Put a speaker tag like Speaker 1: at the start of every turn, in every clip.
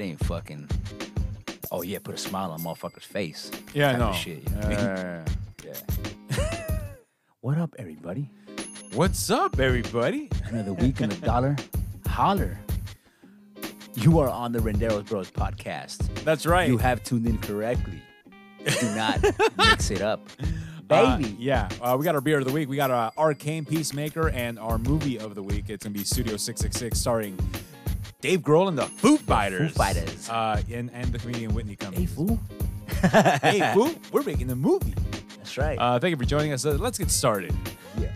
Speaker 1: ain't fucking. Oh yeah, put a smile on motherfucker's face.
Speaker 2: Yeah,
Speaker 1: type
Speaker 2: I
Speaker 1: of
Speaker 2: know.
Speaker 1: shit, you know
Speaker 2: Yeah,
Speaker 1: what I mean?
Speaker 2: yeah, yeah.
Speaker 1: What up, everybody?
Speaker 2: What's up, everybody?
Speaker 1: Another week and a dollar. Holler. You are on the Renderos Bros podcast.
Speaker 2: That's right.
Speaker 1: You have tuned in correctly. Do not mix it up,
Speaker 2: Uh,
Speaker 1: baby.
Speaker 2: yeah, uh, we got our beer of the week. We got our Arcane Peacemaker and our movie of the week. It's gonna be Studio Six Six Six, starring Dave Grohl and the Foo Fighters.
Speaker 1: Fighters.
Speaker 2: Uh, and and the comedian Whitney
Speaker 1: Hey
Speaker 2: Cummings.
Speaker 1: fool.
Speaker 2: hey, Foo, we're making a movie.
Speaker 1: That's right.
Speaker 2: Uh, thank you for joining us. Uh, let's get started.
Speaker 1: yeah.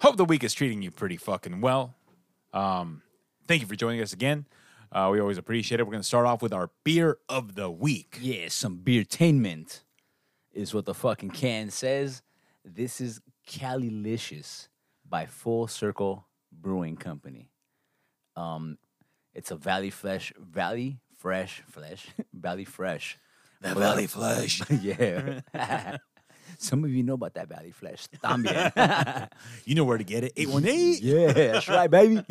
Speaker 2: Hope the week is treating you pretty fucking well. Um, thank you for joining us again. Uh, we always appreciate it. We're gonna start off with our beer of the week.
Speaker 1: Yeah, some beertainment is what the fucking can says. This is Calilicious by Full Circle Brewing Company. Um, it's a Valley Fresh, Valley Fresh, Flesh, Valley Fresh.
Speaker 2: The Valley Flush.
Speaker 1: yeah. Some of you know about that Valley Flesh. También.
Speaker 2: You know where to get it. Eight one eight.
Speaker 1: Yeah, that's right, baby.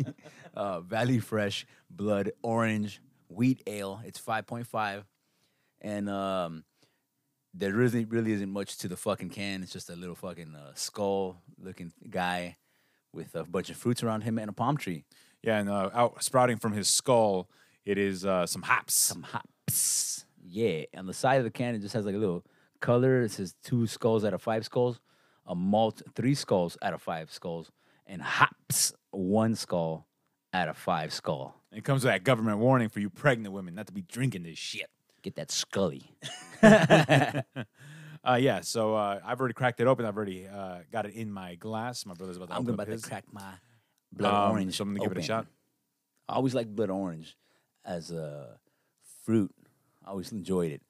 Speaker 1: Uh, Valley Fresh Blood Orange Wheat Ale. It's 5.5. And um, there really, really isn't much to the fucking can. It's just a little fucking uh, skull looking guy with a bunch of fruits around him and a palm tree.
Speaker 2: Yeah, and uh, out sprouting from his skull, it is uh, some hops.
Speaker 1: Some hops. Yeah. On the side of the can, it just has like a little color. It says two skulls out of five skulls, a malt, three skulls out of five skulls, and hops, one skull out of five skull.
Speaker 2: it comes with that government warning for you pregnant women not to be drinking this shit.
Speaker 1: Get that scully.
Speaker 2: Uh, yeah, so uh, I've already cracked it open. I've already uh, got it in my glass. My brother's about to
Speaker 1: I'm
Speaker 2: open
Speaker 1: about
Speaker 2: up his.
Speaker 1: to crack my blood
Speaker 2: Um,
Speaker 1: orange.
Speaker 2: so I'm gonna give it a
Speaker 1: open.
Speaker 2: shot.
Speaker 1: I always liked blood orange as a fruit. I always enjoyed it.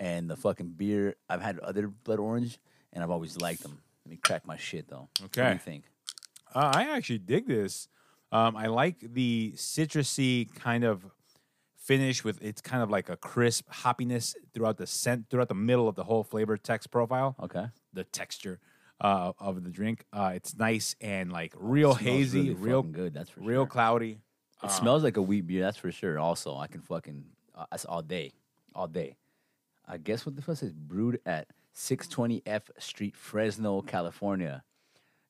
Speaker 1: And the fucking beer, I've had other blood orange, and I've always liked them. Let me crack my shit though. What do
Speaker 2: Okay.
Speaker 1: you think?
Speaker 2: Uh, I actually dig this. Um, I like the citrusy kind of finish with it's kind of like a crisp hoppiness throughout the scent, throughout the middle of the whole flavor text profile,
Speaker 1: Okay.
Speaker 2: the texture uh, of the drink. Uh, it's nice and like real hazy,
Speaker 1: really
Speaker 2: real
Speaker 1: fucking good. That's for
Speaker 2: real uh,
Speaker 1: sure.
Speaker 2: cloudy.
Speaker 1: It smells like a wheat beer. That's for sure. Also, I can fucking uh, that's all day, all day. I guess what the fuck is brewed at 620 F Street, Fresno, California.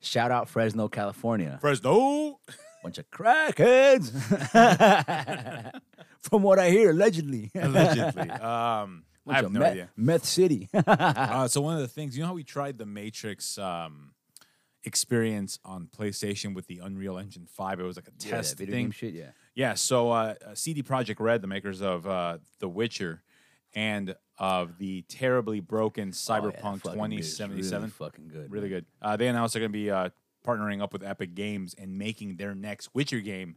Speaker 1: Shout out Fresno, California.
Speaker 2: Fresno.
Speaker 1: bunch of crackheads. From what I hear, allegedly.
Speaker 2: Allegedly. um, I
Speaker 1: Bunch
Speaker 2: have
Speaker 1: of
Speaker 2: no
Speaker 1: meth,
Speaker 2: idea.
Speaker 1: Meth City. Uh-huh.
Speaker 2: Uh, so one of the things, you know how we tried the Matrix um, experience on PlayStation with the Unreal Engine 5? It was like a test
Speaker 1: video
Speaker 2: thing.
Speaker 1: game shit. Yeah.
Speaker 2: Yeah, so uh, uh, CD Projekt Red, the makers of uh, The Witcher and of the terribly broken
Speaker 1: Oh, yeah, that
Speaker 2: Cyberpunk
Speaker 1: fucking beer is
Speaker 2: 2077.
Speaker 1: Really
Speaker 2: Really,
Speaker 1: fucking good.
Speaker 2: good. Uh, they announced they're going to be uh, partnering up with Epic Games and making their next Witcher game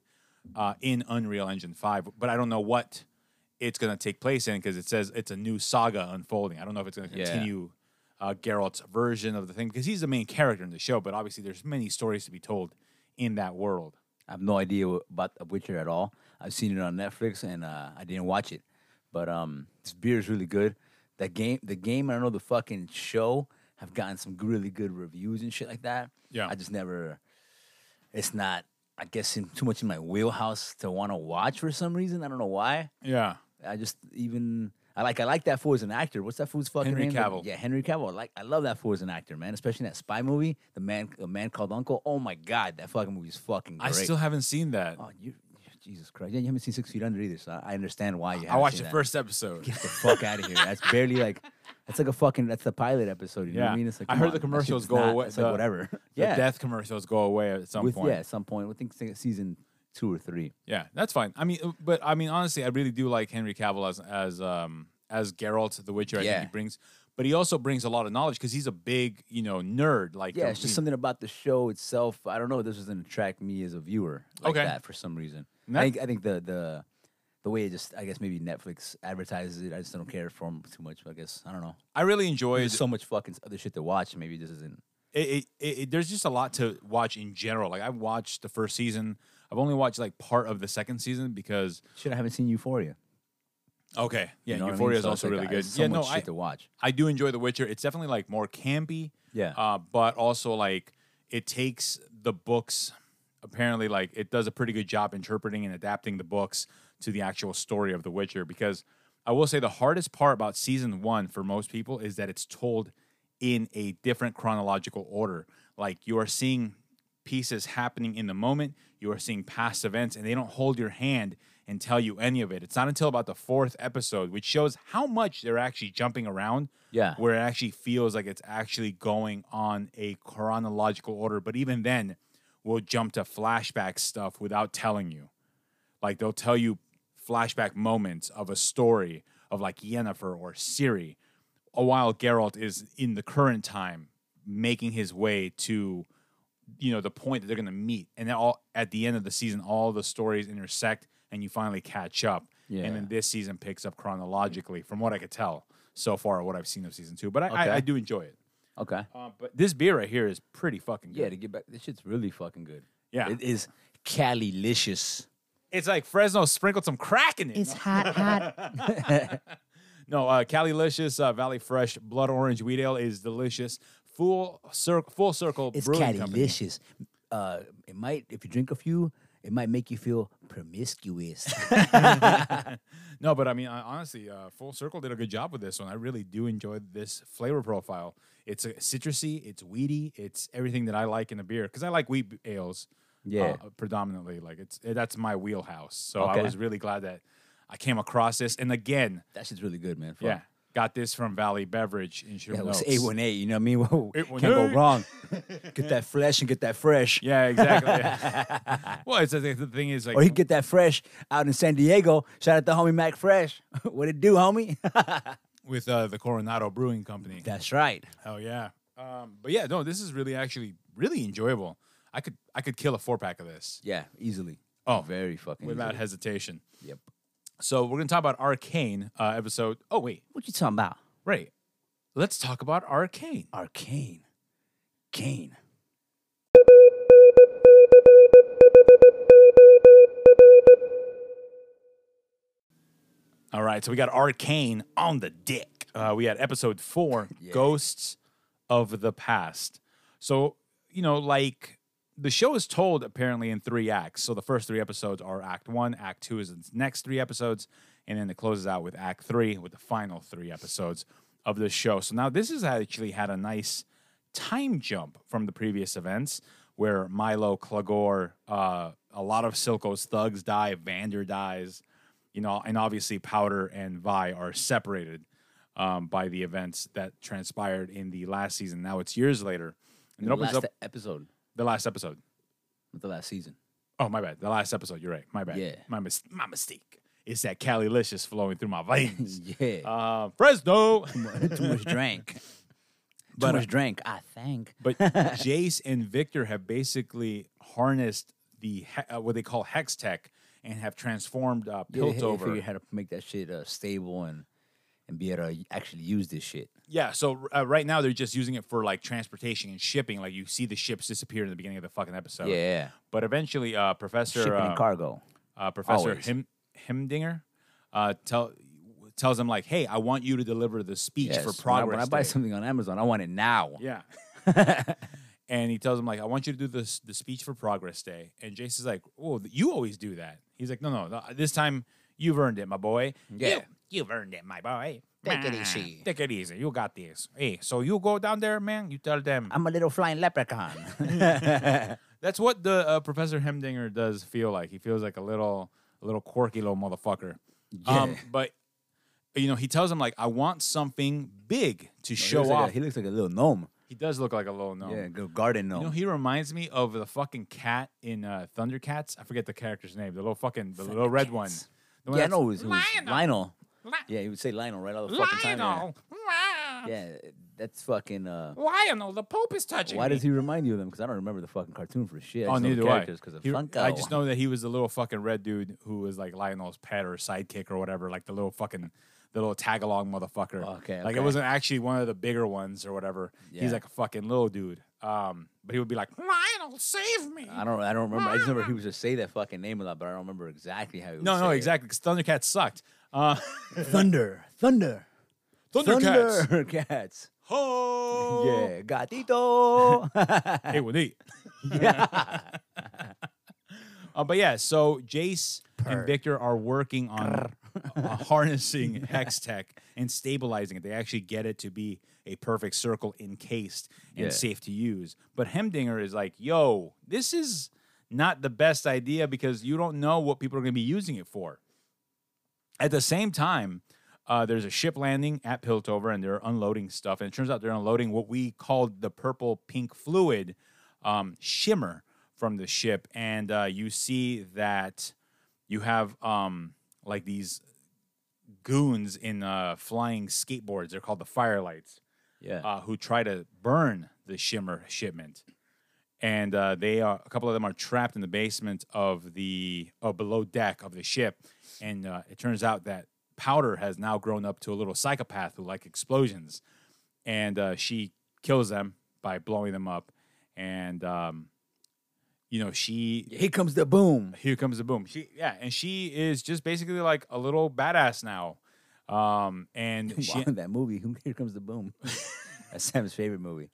Speaker 2: uh, in Unreal Engine 5, but I don't know what it's going to take place in because it says it's a new saga unfolding. I don't know if it's going to
Speaker 1: Yeah.
Speaker 2: continue uh, Geralt's version of the thing because he's the main character in the show, but obviously there's many stories to be told in that world.
Speaker 1: I have no idea wh- about The Witcher at all. I've seen it on Netflix and uh, I didn't watch it. But um, this beer is really good. That game, the game, I know the fucking show have gotten some really good reviews and shit like that.
Speaker 2: Yeah.
Speaker 1: I just never. It's not, I guess, in, too much in my wheelhouse to want to watch for some reason. I don't know why.
Speaker 2: Yeah.
Speaker 1: I just even I like I like that fool as an actor. What's that fool's fucking
Speaker 2: Henry
Speaker 1: name? The-
Speaker 2: Cavill.
Speaker 1: Yeah, Henry Cavill. I like I love that fool as an actor, man. Especially in that spy movie, the man, a man called Uncle. Oh my god, that fucking movie's fucking great.
Speaker 2: I still haven't seen that.
Speaker 1: Oh, you, Jesus Christ! Yeah, you haven't seen Six Feet Under either, so I, I understand why you.
Speaker 2: I
Speaker 1: haven't
Speaker 2: watched
Speaker 1: seen
Speaker 2: the
Speaker 1: that.
Speaker 2: first episode.
Speaker 1: Get the fuck out of here. That's barely like. That's like a fucking. That's the pilot episode. You know what
Speaker 2: Yeah.
Speaker 1: I mean? It's like
Speaker 2: I
Speaker 1: come
Speaker 2: heard
Speaker 1: on,
Speaker 2: the
Speaker 1: that shit
Speaker 2: commercials
Speaker 1: is
Speaker 2: go
Speaker 1: not-
Speaker 2: away-
Speaker 1: It's like
Speaker 2: the-
Speaker 1: whatever.
Speaker 2: The
Speaker 1: yeah.
Speaker 2: death commercials go away at some
Speaker 1: With
Speaker 2: point.
Speaker 1: yeah, at some point. I think se- season two or three.
Speaker 2: Yeah, that's fine. I mean, uh, but I mean, honestly, I really do like Henry Cavill as as um as Geralt the Witcher. I think
Speaker 1: Yeah.
Speaker 2: he brings, but he also brings a lot of knowledge because he's a big you know nerd. Like uh,
Speaker 1: Yeah,
Speaker 2: the-
Speaker 1: it's just
Speaker 2: he-
Speaker 1: something about the show itself. I don't know. This is gonna attract me as a viewer like
Speaker 2: Okay.
Speaker 1: that for some reason.
Speaker 2: And
Speaker 1: I
Speaker 2: that-
Speaker 1: think I think the the the way it just I guess maybe Netflix advertises it. I just don't care for 'em too much. I guess I don't know.
Speaker 2: I really enjoyed.
Speaker 1: There's so much fucking other shit to watch. Maybe this isn't.
Speaker 2: it, it, it, it- There's just a lot to watch in general. Like I watched the first season. I've only watched like part of the second season because
Speaker 1: Shit, I haven't seen Euphoria.
Speaker 2: okay, yeah,
Speaker 1: You know what I mean?
Speaker 2: Euphoria is
Speaker 1: So it's
Speaker 2: also
Speaker 1: like,
Speaker 2: really
Speaker 1: uh,
Speaker 2: good.
Speaker 1: there's So
Speaker 2: yeah,
Speaker 1: much
Speaker 2: no,
Speaker 1: shit
Speaker 2: I,
Speaker 1: to watch.
Speaker 2: I do enjoy The Witcher. It's definitely like more campy.
Speaker 1: Yeah.
Speaker 2: uh, but also like it takes the books apparently like it does a pretty good job interpreting and adapting the books to the actual story of the witcher because i will say the hardest part about season one for most people is that it's told in a different chronological order like you are seeing pieces happening in the moment you are seeing past events and they don't hold your hand and tell you any of it it's not until about the fourth episode which shows how much they're actually jumping around
Speaker 1: Yeah.
Speaker 2: where it actually feels like it's actually going on a chronological order. But even then, we'll jump to flashback stuff without telling you. Like they'll tell you flashback moments of a story of like Yennefer or Ciri, a while Geralt is in the current time making his way to you know the point that they're going to meet and then all at the end of the season all the stories intersect and you finally catch up and
Speaker 1: Yeah.
Speaker 2: then this season picks up chronologically from what i could tell so far what i've seen of season two but i,
Speaker 1: Okay.
Speaker 2: I, I do enjoy it
Speaker 1: Okay.
Speaker 2: uh, but this beer right here is pretty fucking
Speaker 1: Yeah,
Speaker 2: good
Speaker 1: to get back, this shit's really fucking good.
Speaker 2: yeah,
Speaker 1: It is Calilicious.
Speaker 2: it's like fresno sprinkled some crack in it
Speaker 3: It's hot, hot.
Speaker 2: No, uh, Calilicious uh, Valley Fresh Blood Orange Wheat Ale is delicious. Full circle, full circle
Speaker 1: It's
Speaker 2: brewing company.
Speaker 1: Calilicious. Uh, it might, if you drink a few, it might make you feel promiscuous.
Speaker 2: No, but I mean, uh, honestly, uh, Full Circle did a good job with this one. I really do enjoy this flavor profile. It's uh, citrusy, it's weedy, it's everything that I like in a beer because I like wheat b- ales.
Speaker 1: Yeah.
Speaker 2: uh, predominantly, like it's eh, that's my wheelhouse. So
Speaker 1: Okay.
Speaker 2: I was really glad that I came across this. And again,
Speaker 1: that shit's really good, man. Fuck.
Speaker 2: yeah, got this from Valley Beverage in Sherman
Speaker 1: Yeah, it was
Speaker 2: Oaks.
Speaker 1: eight one eight. You know what I mean? Whoa, can't
Speaker 2: 818.
Speaker 1: go wrong. get that flesh and get that fresh.
Speaker 2: Yeah, exactly. well, it's the, the thing is like
Speaker 1: Or he get that fresh out in San Diego. Shout out to homie Mac Fresh. what it do, homie?
Speaker 2: with uh, the Coronado Brewing Company.
Speaker 1: That's right.
Speaker 2: Hell Oh, yeah. Um, but yeah, no, this is really actually really enjoyable. I could I could kill a four pack of this
Speaker 1: Yeah, easily.
Speaker 2: Oh,
Speaker 1: very fucking.
Speaker 2: without
Speaker 1: easily.
Speaker 2: hesitation.
Speaker 1: Yep.
Speaker 2: So we're gonna talk about Arcane uh, episode. Oh wait,
Speaker 1: What you talking about?
Speaker 2: right. Let's talk about Arcane.
Speaker 1: Arcane. Kane.
Speaker 2: All right, so we got Arcane on the dick. Uh, we had episode four, Ghosts of the Past. So, you know, like the show is told apparently in three acts. So the first three episodes are Act One, Act Two is the next three episodes, and then it closes out with Act Three with the final three episodes of the show. So now this has actually had a nice time jump from the previous events where Milo, Clagor, uh, a lot of Silco's thugs die, Vander dies you know, and obviously Powder and Vi are separated um, by the events that transpired in the last season. Now it's years later, and it opens
Speaker 1: last e-
Speaker 2: up
Speaker 1: episode
Speaker 2: the last episode.
Speaker 1: of the last season.
Speaker 2: Oh, my bad. The last episode. You're right. My bad.
Speaker 1: Yeah.
Speaker 2: My, mis- my mistake. It's that Calilicious flowing through my veins.
Speaker 1: Yeah.
Speaker 2: uh, Fresno.
Speaker 1: Too much drank. Too much drank, I think.
Speaker 2: But Jace and Victor have basically harnessed the he- uh, what they call hex tech and have transformed uh,
Speaker 1: Yeah, they- they
Speaker 2: Piltover.
Speaker 1: figured how to make that shit uh, stable and and be able to actually use this shit.
Speaker 2: Yeah, so uh, right now they're just using it for like transportation and shipping. Like you see the ships disappear in the beginning of the fucking episode.
Speaker 1: yeah.
Speaker 2: But eventually, uh, Professor
Speaker 1: Shipping
Speaker 2: uh,
Speaker 1: and cargo.
Speaker 2: uh, Professor
Speaker 1: always.
Speaker 2: Him Himdinger uh, tell tells him like, "Hey, I want you to deliver the speech
Speaker 1: Yes.
Speaker 2: for
Speaker 1: When I-
Speaker 2: progress."
Speaker 1: When I, buy
Speaker 2: Day."
Speaker 1: something on Amazon, I want it now.
Speaker 2: Yeah. and he tells him like, "I want you to do this the speech for Progress Day." And Jace is like, "Oh, you always do that." He's like, "No, no, no, this time you've earned it, my boy.
Speaker 1: Yeah.
Speaker 2: you, have earned it, my boy.
Speaker 1: Take it
Speaker 2: Ah,
Speaker 1: easy.
Speaker 2: Take it easy. You got this. Hey, so you go down there, man. You tell them
Speaker 1: I'm a little flying leprechaun.
Speaker 2: that's what the uh, Professor Hemdinger does feel like. He feels like a little, a little quirky little motherfucker. Um,
Speaker 1: Yeah.
Speaker 2: but you know, he tells him like, "I want something big to
Speaker 1: He
Speaker 2: show
Speaker 1: looks like a-
Speaker 2: off."
Speaker 1: he looks like a little gnome.
Speaker 2: he does look like a little gnome.
Speaker 1: Yeah, go garden gnome.
Speaker 2: You know, he reminds me of the fucking cat in uh, Thundercats. I forget the character's name. The little fucking, the little red one.
Speaker 1: Thundercats.
Speaker 2: The one
Speaker 1: yeah, I
Speaker 2: that's-
Speaker 1: know it was, it was
Speaker 2: Lionel.
Speaker 1: Lionel.
Speaker 2: Li-
Speaker 1: Yeah, he would say Lionel right all the fucking time.
Speaker 2: Lionel.
Speaker 1: Yeah, Yeah, that's fucking. Uh,
Speaker 2: Lionel, the Pope is touching
Speaker 1: why
Speaker 2: me.
Speaker 1: does he remind you of them? Because I don't remember the fucking cartoon for shit. I
Speaker 2: Oh,
Speaker 1: just know the
Speaker 2: neither do I.
Speaker 1: characters 'cause of
Speaker 2: He-
Speaker 1: Funko.
Speaker 2: I just know that he was the little fucking red dude who was like Lionel's pet or sidekick or whatever, like the little fucking the little tag along motherfucker.
Speaker 1: Okay,
Speaker 2: Like
Speaker 1: okay.
Speaker 2: it wasn't actually one of the bigger ones or whatever.
Speaker 1: Yeah.
Speaker 2: He's like a fucking little dude. Um, but he would be like, Lionel, save me.
Speaker 1: I don't. I don't remember. I just remember he was just say that fucking name a lot, but I don't remember exactly how he. Would
Speaker 2: no, no,
Speaker 1: say it.
Speaker 2: exactly. Because Thundercats sucked. Uh,
Speaker 1: Thunder, thunder,
Speaker 2: Thundercats.
Speaker 1: Thundercats.
Speaker 2: Ho!
Speaker 1: Yeah, gatito.
Speaker 2: Hey, we need.
Speaker 1: yeah.
Speaker 2: Uh, but yeah, so Jace and Victor are working on uh, harnessing Hex Tech and stabilizing it. They actually get it to be a perfect circle encased and
Speaker 1: Yeah.
Speaker 2: safe to use. But Hemdinger is like, yo, this is not the best idea because you don't know what people are going to be using it for. At the same time, uh, there's a ship landing at Piltover and they're unloading stuff. And it turns out they're unloading what we called the purple pink fluid um, shimmer from the ship. And uh, you see that you have um, like these goons in uh, flying skateboards. They're called the Firelights
Speaker 1: Yeah.
Speaker 2: uh, who try to burn the Shimmer shipment, and uh, they are a couple of them are trapped in the basement of the uh, below deck of the ship, and uh, it turns out that Powder has now grown up to a little psychopath who like explosions, and uh, she kills them by blowing them up, and um, you know she
Speaker 1: Here comes the boom.
Speaker 2: here comes the boom. She yeah, and she is just basically like a little badass now. Um and she,
Speaker 1: that movie. Here comes the boom. That's Sam's favorite movie.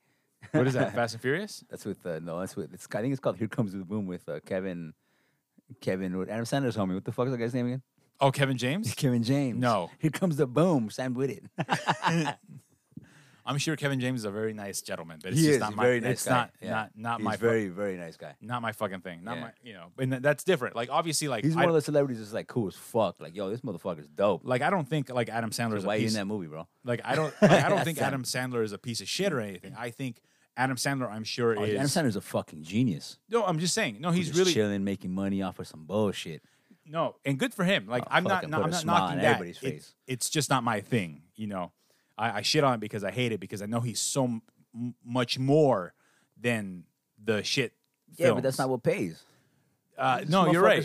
Speaker 2: what is that? Fast and Furious?
Speaker 1: That's with uh, no. That's with. It's, I think it's called Here Comes the Boom with uh, Kevin. Kevin with Adam Sanders, homie. What the fuck is that guy's name again?
Speaker 2: Oh, Kevin James?
Speaker 1: Kevin James.
Speaker 2: No.
Speaker 1: Here comes the boom. Sam Witted.
Speaker 2: I'm sure Kevin James is a very nice gentleman, but it's just not my it's not not not
Speaker 1: He's
Speaker 2: my fu-
Speaker 1: very very nice guy.
Speaker 2: not my fucking thing. Not
Speaker 1: Yeah.
Speaker 2: my you know, and th- that's different. Like obviously like
Speaker 1: He's
Speaker 2: I,
Speaker 1: one of those celebrities that's like cool as fuck. Like yo, this motherfucker's dope.
Speaker 2: like I don't think like Adam Sandler's a
Speaker 1: Why are you
Speaker 2: piece
Speaker 1: in that movie, bro?
Speaker 2: like I don't like, I don't think Adam Sandler is a piece of shit or anything. I think Adam Sandler I'm sure
Speaker 1: Oh,
Speaker 2: is
Speaker 1: Adam Sanders a fucking genius.
Speaker 2: No, I'm just saying. No, he's
Speaker 1: Just
Speaker 2: really
Speaker 1: chilling, making money off of some bullshit.
Speaker 2: No, and good for him. Like I'm not,
Speaker 1: Oh, fucking
Speaker 2: no,
Speaker 1: put
Speaker 2: I'm
Speaker 1: a
Speaker 2: not
Speaker 1: smile
Speaker 2: knocking
Speaker 1: on
Speaker 2: that.
Speaker 1: everybody's
Speaker 2: It-
Speaker 1: face.
Speaker 2: it's just not my thing. You know, I, I shit on it because I hate it because I know he's so m- m- much more than the shit.
Speaker 1: Yeah, but that's
Speaker 2: films.
Speaker 1: not what pays.
Speaker 2: Uh, no, you're right.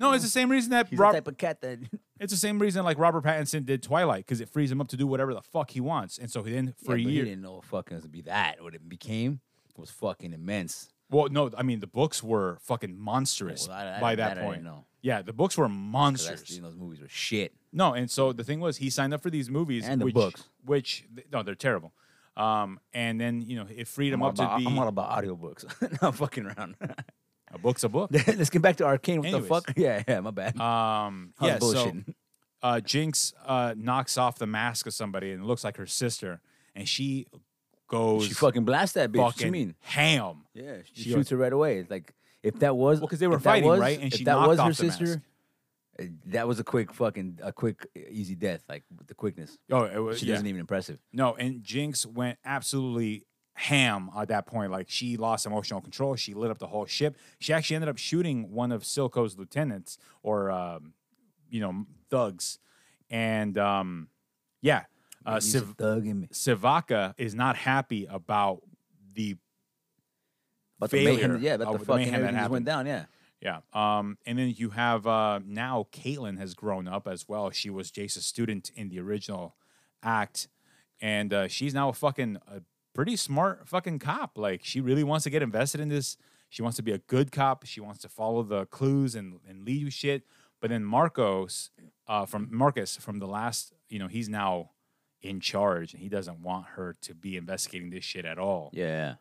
Speaker 2: No, it's the same reason that
Speaker 1: He's
Speaker 2: Rob-
Speaker 1: the type of cat that
Speaker 2: it's the same reason like Robert Pattinson did Twilight because it frees him up to do whatever the fuck he wants, and so then for
Speaker 1: Yeah, but He
Speaker 2: years.
Speaker 1: didn't know what fucking was to be that. What it became was fucking immense.
Speaker 2: Well, no, I mean the books were fucking monstrous
Speaker 1: Well, I- I-
Speaker 2: by
Speaker 1: that
Speaker 2: that,
Speaker 1: I didn't
Speaker 2: point.
Speaker 1: know.
Speaker 2: Yeah, the books were
Speaker 1: 'cause
Speaker 2: monsters.
Speaker 1: that's- you know, those movies were shit.
Speaker 2: No, and so the thing was, he signed up for these movies
Speaker 1: And the
Speaker 2: which,
Speaker 1: books.
Speaker 2: which th- no, they're terrible. Um, and then you know it freed him
Speaker 1: I'm
Speaker 2: up
Speaker 1: all, about,
Speaker 2: to be
Speaker 1: I'm all about audiobooks. no, I'm fucking around.
Speaker 2: a book's a book. Um,
Speaker 1: Let's get back to Arcane. What
Speaker 2: Anyways.
Speaker 1: the fuck? Yeah, yeah, my bad.
Speaker 2: Um,
Speaker 1: I was
Speaker 2: yeah, so
Speaker 1: bullshitting.
Speaker 2: uh, Jinx uh, knocks off the mask of somebody and it looks like her sister, and she goes
Speaker 1: she fucking blast that bitch. What you
Speaker 2: fucking
Speaker 1: mean?
Speaker 2: ham.
Speaker 1: Yeah, she,
Speaker 2: she
Speaker 1: shoots her right away. It's like if that was
Speaker 2: Well, 'cause they were
Speaker 1: if that
Speaker 2: fighting,
Speaker 1: was-
Speaker 2: right? And
Speaker 1: if
Speaker 2: she
Speaker 1: that
Speaker 2: knocked
Speaker 1: was her
Speaker 2: off the
Speaker 1: sister.
Speaker 2: mask.
Speaker 1: uh, That was a quick fucking a quick uh, easy death. Like with the quickness.
Speaker 2: Oh, it was
Speaker 1: She
Speaker 2: yeah.
Speaker 1: doesn't e-, even impressive.
Speaker 2: No, and Jinx went absolutely ham at that point. Like she lost emotional control. She lit up the whole ship. She actually ended up shooting one of Silco's lieutenants or um, you know thugs, and um, yeah, uh,
Speaker 1: He's a
Speaker 2: Siv-
Speaker 1: thug in me.
Speaker 2: Sivaka is not happy about the
Speaker 1: But the
Speaker 2: failure
Speaker 1: mayhem, yeah, but
Speaker 2: of
Speaker 1: the
Speaker 2: the
Speaker 1: fucking
Speaker 2: mayhem that
Speaker 1: everything just went down. Yeah.
Speaker 2: Yeah. Um, and then you have uh, now Caitlin has grown up as well. She was Jace's student in the original act, and uh, she's now a fucking a pretty smart fucking cop. Like she really wants to get invested in this. She wants to be a good cop. She wants to follow the clues and and lead you shit. But then Marcos, uh, from Marcus from the last, you know, he's now in charge, and he doesn't want her to be investigating this shit at all
Speaker 1: Yeah.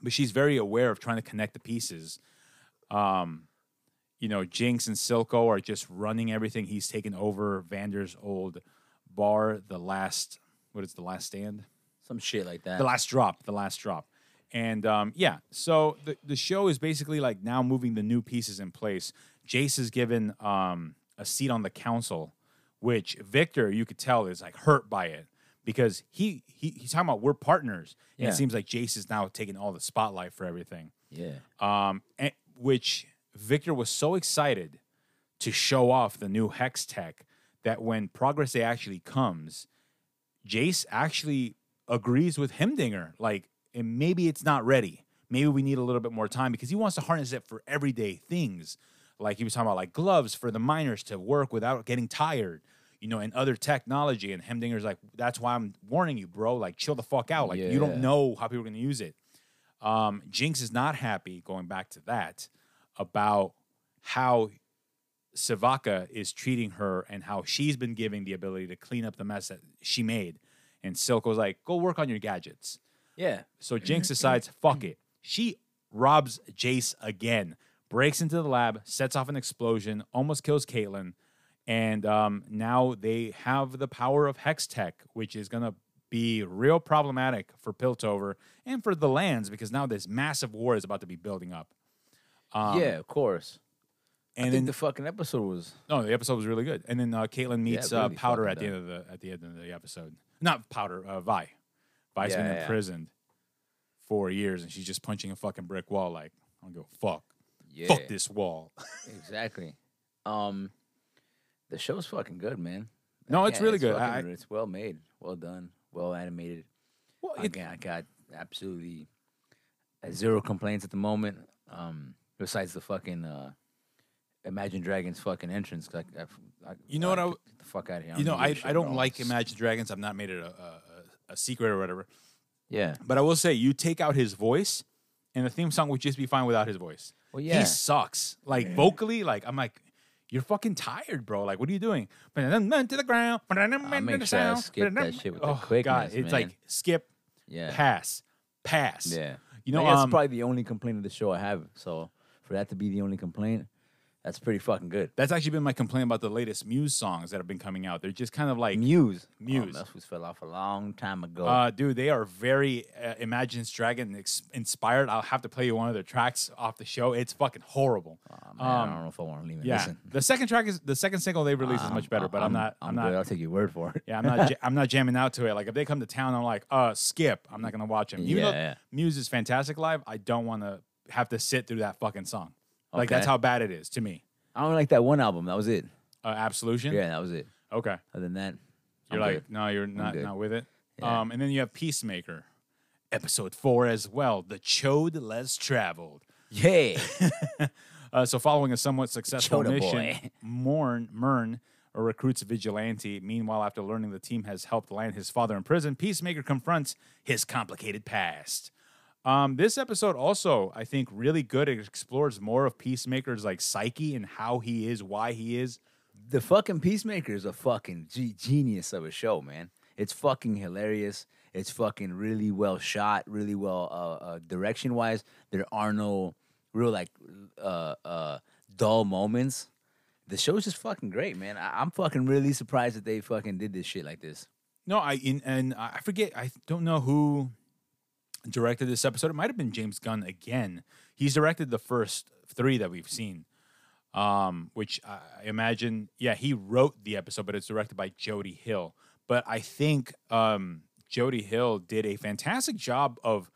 Speaker 2: but she's very aware of trying to connect the pieces. Um, you know, Jinx and Silco are just running everything. He's taken over Vander's old bar, the last what is the last stand?
Speaker 1: Some shit like that.
Speaker 2: The last drop, the last drop. And um, yeah, so the, the show is basically like now moving the new pieces in place. Jace is given um, a seat on the council, which Victor, you could tell, is like hurt by it because he, he he's talking about we're partners. And
Speaker 1: Yeah.
Speaker 2: it seems like Jace is now taking all the spotlight for everything
Speaker 1: yeah.
Speaker 2: um, and- which Victor was so excited to show off the new hex tech that when Progress Day actually comes, Jace actually agrees with Hemdinger. Like, and maybe it's not ready. Maybe we need a little bit more time because he wants to harness it for everyday things. Like he was talking about, like gloves for the miners to work without getting tired, you know, and other technology. And Hemdinger's like, that's why I'm warning you, bro. Like, chill the fuck out. Like, you
Speaker 1: Yeah.
Speaker 2: don't know how people are going to use it. Um, Jinx is not happy, going back to that, about how Savaka is treating her and how she's been giving the ability to clean up the mess that she made. And Silk was like, go work on your gadgets.
Speaker 1: Yeah.
Speaker 2: So Jinx
Speaker 1: Mm-hmm.
Speaker 2: decides, fuck it. She robs Jace again, breaks into the lab, sets off an explosion, almost kills Caitlyn. And um, now they have the power of Hex Tech, which is going to be real problematic for Piltover and for the lands because now this massive war is about to be building up. Um,
Speaker 1: yeah, of course. I
Speaker 2: And
Speaker 1: think
Speaker 2: then,
Speaker 1: the fucking episode was
Speaker 2: no, the episode was really good. And then uh, Caitlyn meets uh,
Speaker 1: really
Speaker 2: Powder
Speaker 1: fucking
Speaker 2: at the end of the at the end of the episode. Not Powder, uh, Vi. Vi's
Speaker 1: Yeah,
Speaker 2: been
Speaker 1: yeah.
Speaker 2: imprisoned four years, and she's just punching a fucking brick wall. Like I don't give a fuck.
Speaker 1: yeah,
Speaker 2: Fuck this wall.
Speaker 1: exactly. Um, the show's fucking good, man.
Speaker 2: no,
Speaker 1: Yeah,
Speaker 2: Oh, it's really good. I,
Speaker 1: fucking- it's well made, well done, well animated.
Speaker 2: well, it-
Speaker 1: Again, I got absolutely zero complaints at the moment. Um, besides the fucking uh, Imagine Dragons fucking entrance. 'cause I, I- I-
Speaker 2: You know what
Speaker 1: I
Speaker 2: I
Speaker 1: get the fuck out of here.
Speaker 2: you know,
Speaker 1: need that
Speaker 2: I,
Speaker 1: shit
Speaker 2: I
Speaker 1: at
Speaker 2: don't
Speaker 1: all.
Speaker 2: like Imagine Dragons. I've not made it a, a a a secret or whatever.
Speaker 1: Yeah.
Speaker 2: But I will say, you take out his voice, and the theme song would just be fine without his voice.
Speaker 1: Well, yeah.
Speaker 2: He sucks. Like vocally, like I'm like, you're fucking tired, bro. Like, what are you doing? Men to the ground. I
Speaker 1: make sure I skip that shit with the quickness,
Speaker 2: Oh,
Speaker 1: man.
Speaker 2: It's like skip,
Speaker 1: Yeah.
Speaker 2: pass, pass.
Speaker 1: Yeah.
Speaker 2: You
Speaker 1: I
Speaker 2: know,
Speaker 1: think
Speaker 2: um,
Speaker 1: that's probably the only complaint of the show I have. So for that to be the only complaint, that's pretty fucking good.
Speaker 2: that's actually been my complaint about the latest Muse songs that have been coming out. They're just kind of like,
Speaker 1: Muse,
Speaker 2: Muse.
Speaker 1: oh, that's what fell off a long time ago.
Speaker 2: uh, dude, they are very uh, Imagine Dragon ex- inspired. I'll have to play you one of their tracks off the show. It's fucking horrible.
Speaker 1: Aw, man, I don't know if I want to leave it.
Speaker 2: um, Yeah,
Speaker 1: Listen,
Speaker 2: the second track is the second single they released is much better, but I'm, not. I'm,
Speaker 1: I'm,
Speaker 2: not.
Speaker 1: good. I'll take your word for it.
Speaker 2: Yeah, I'm not. ja- I'm not jamming out to it. Like if they come to town, I'm like, uh, skip. I'm not gonna watch him. Even
Speaker 1: Yeah,
Speaker 2: though
Speaker 1: yeah.
Speaker 2: Muse is fantastic live, I don't want to have to sit through that fucking song. Like that's
Speaker 1: Okay.
Speaker 2: how bad it is to me.
Speaker 1: I only like that one album. That was it.
Speaker 2: Uh, Absolution.
Speaker 1: Yeah, that was it.
Speaker 2: Okay.
Speaker 1: Other than that,
Speaker 2: You're
Speaker 1: I'm
Speaker 2: like,
Speaker 1: good.
Speaker 2: no, you're not
Speaker 1: good.
Speaker 2: not with it.
Speaker 1: Yeah.
Speaker 2: Um, and then you have Peacemaker, episode four as well. The Chode Less Traveled.
Speaker 1: yeah,
Speaker 2: Uh, so, following a somewhat successful
Speaker 1: Chota
Speaker 2: mission,
Speaker 1: boy.
Speaker 2: Morn Mern recruits a vigilante. Meanwhile, after learning the team has helped land his father in prison, Peacemaker confronts his complicated past. Um, this episode also, I think, really good. It explores more of Peacemaker's like psyche and how he is, why he is.
Speaker 1: the fucking Peacemaker is a fucking ge- genius of a show, man. It's fucking hilarious. It's fucking really well shot, really well uh, uh, direction wise. There are no real like uh, uh, dull moments. The show's just fucking great, man. I- I'm fucking really surprised that they fucking did this shit like this.
Speaker 2: No, I in, and I I forget. I don't know who directed this episode. It might have been James Gunn again. He's directed the first three that we've seen, um, which I I imagine. Yeah, he wrote the episode, but it's directed by Jody Hill. But I think um, Jody Hill did a fantastic job of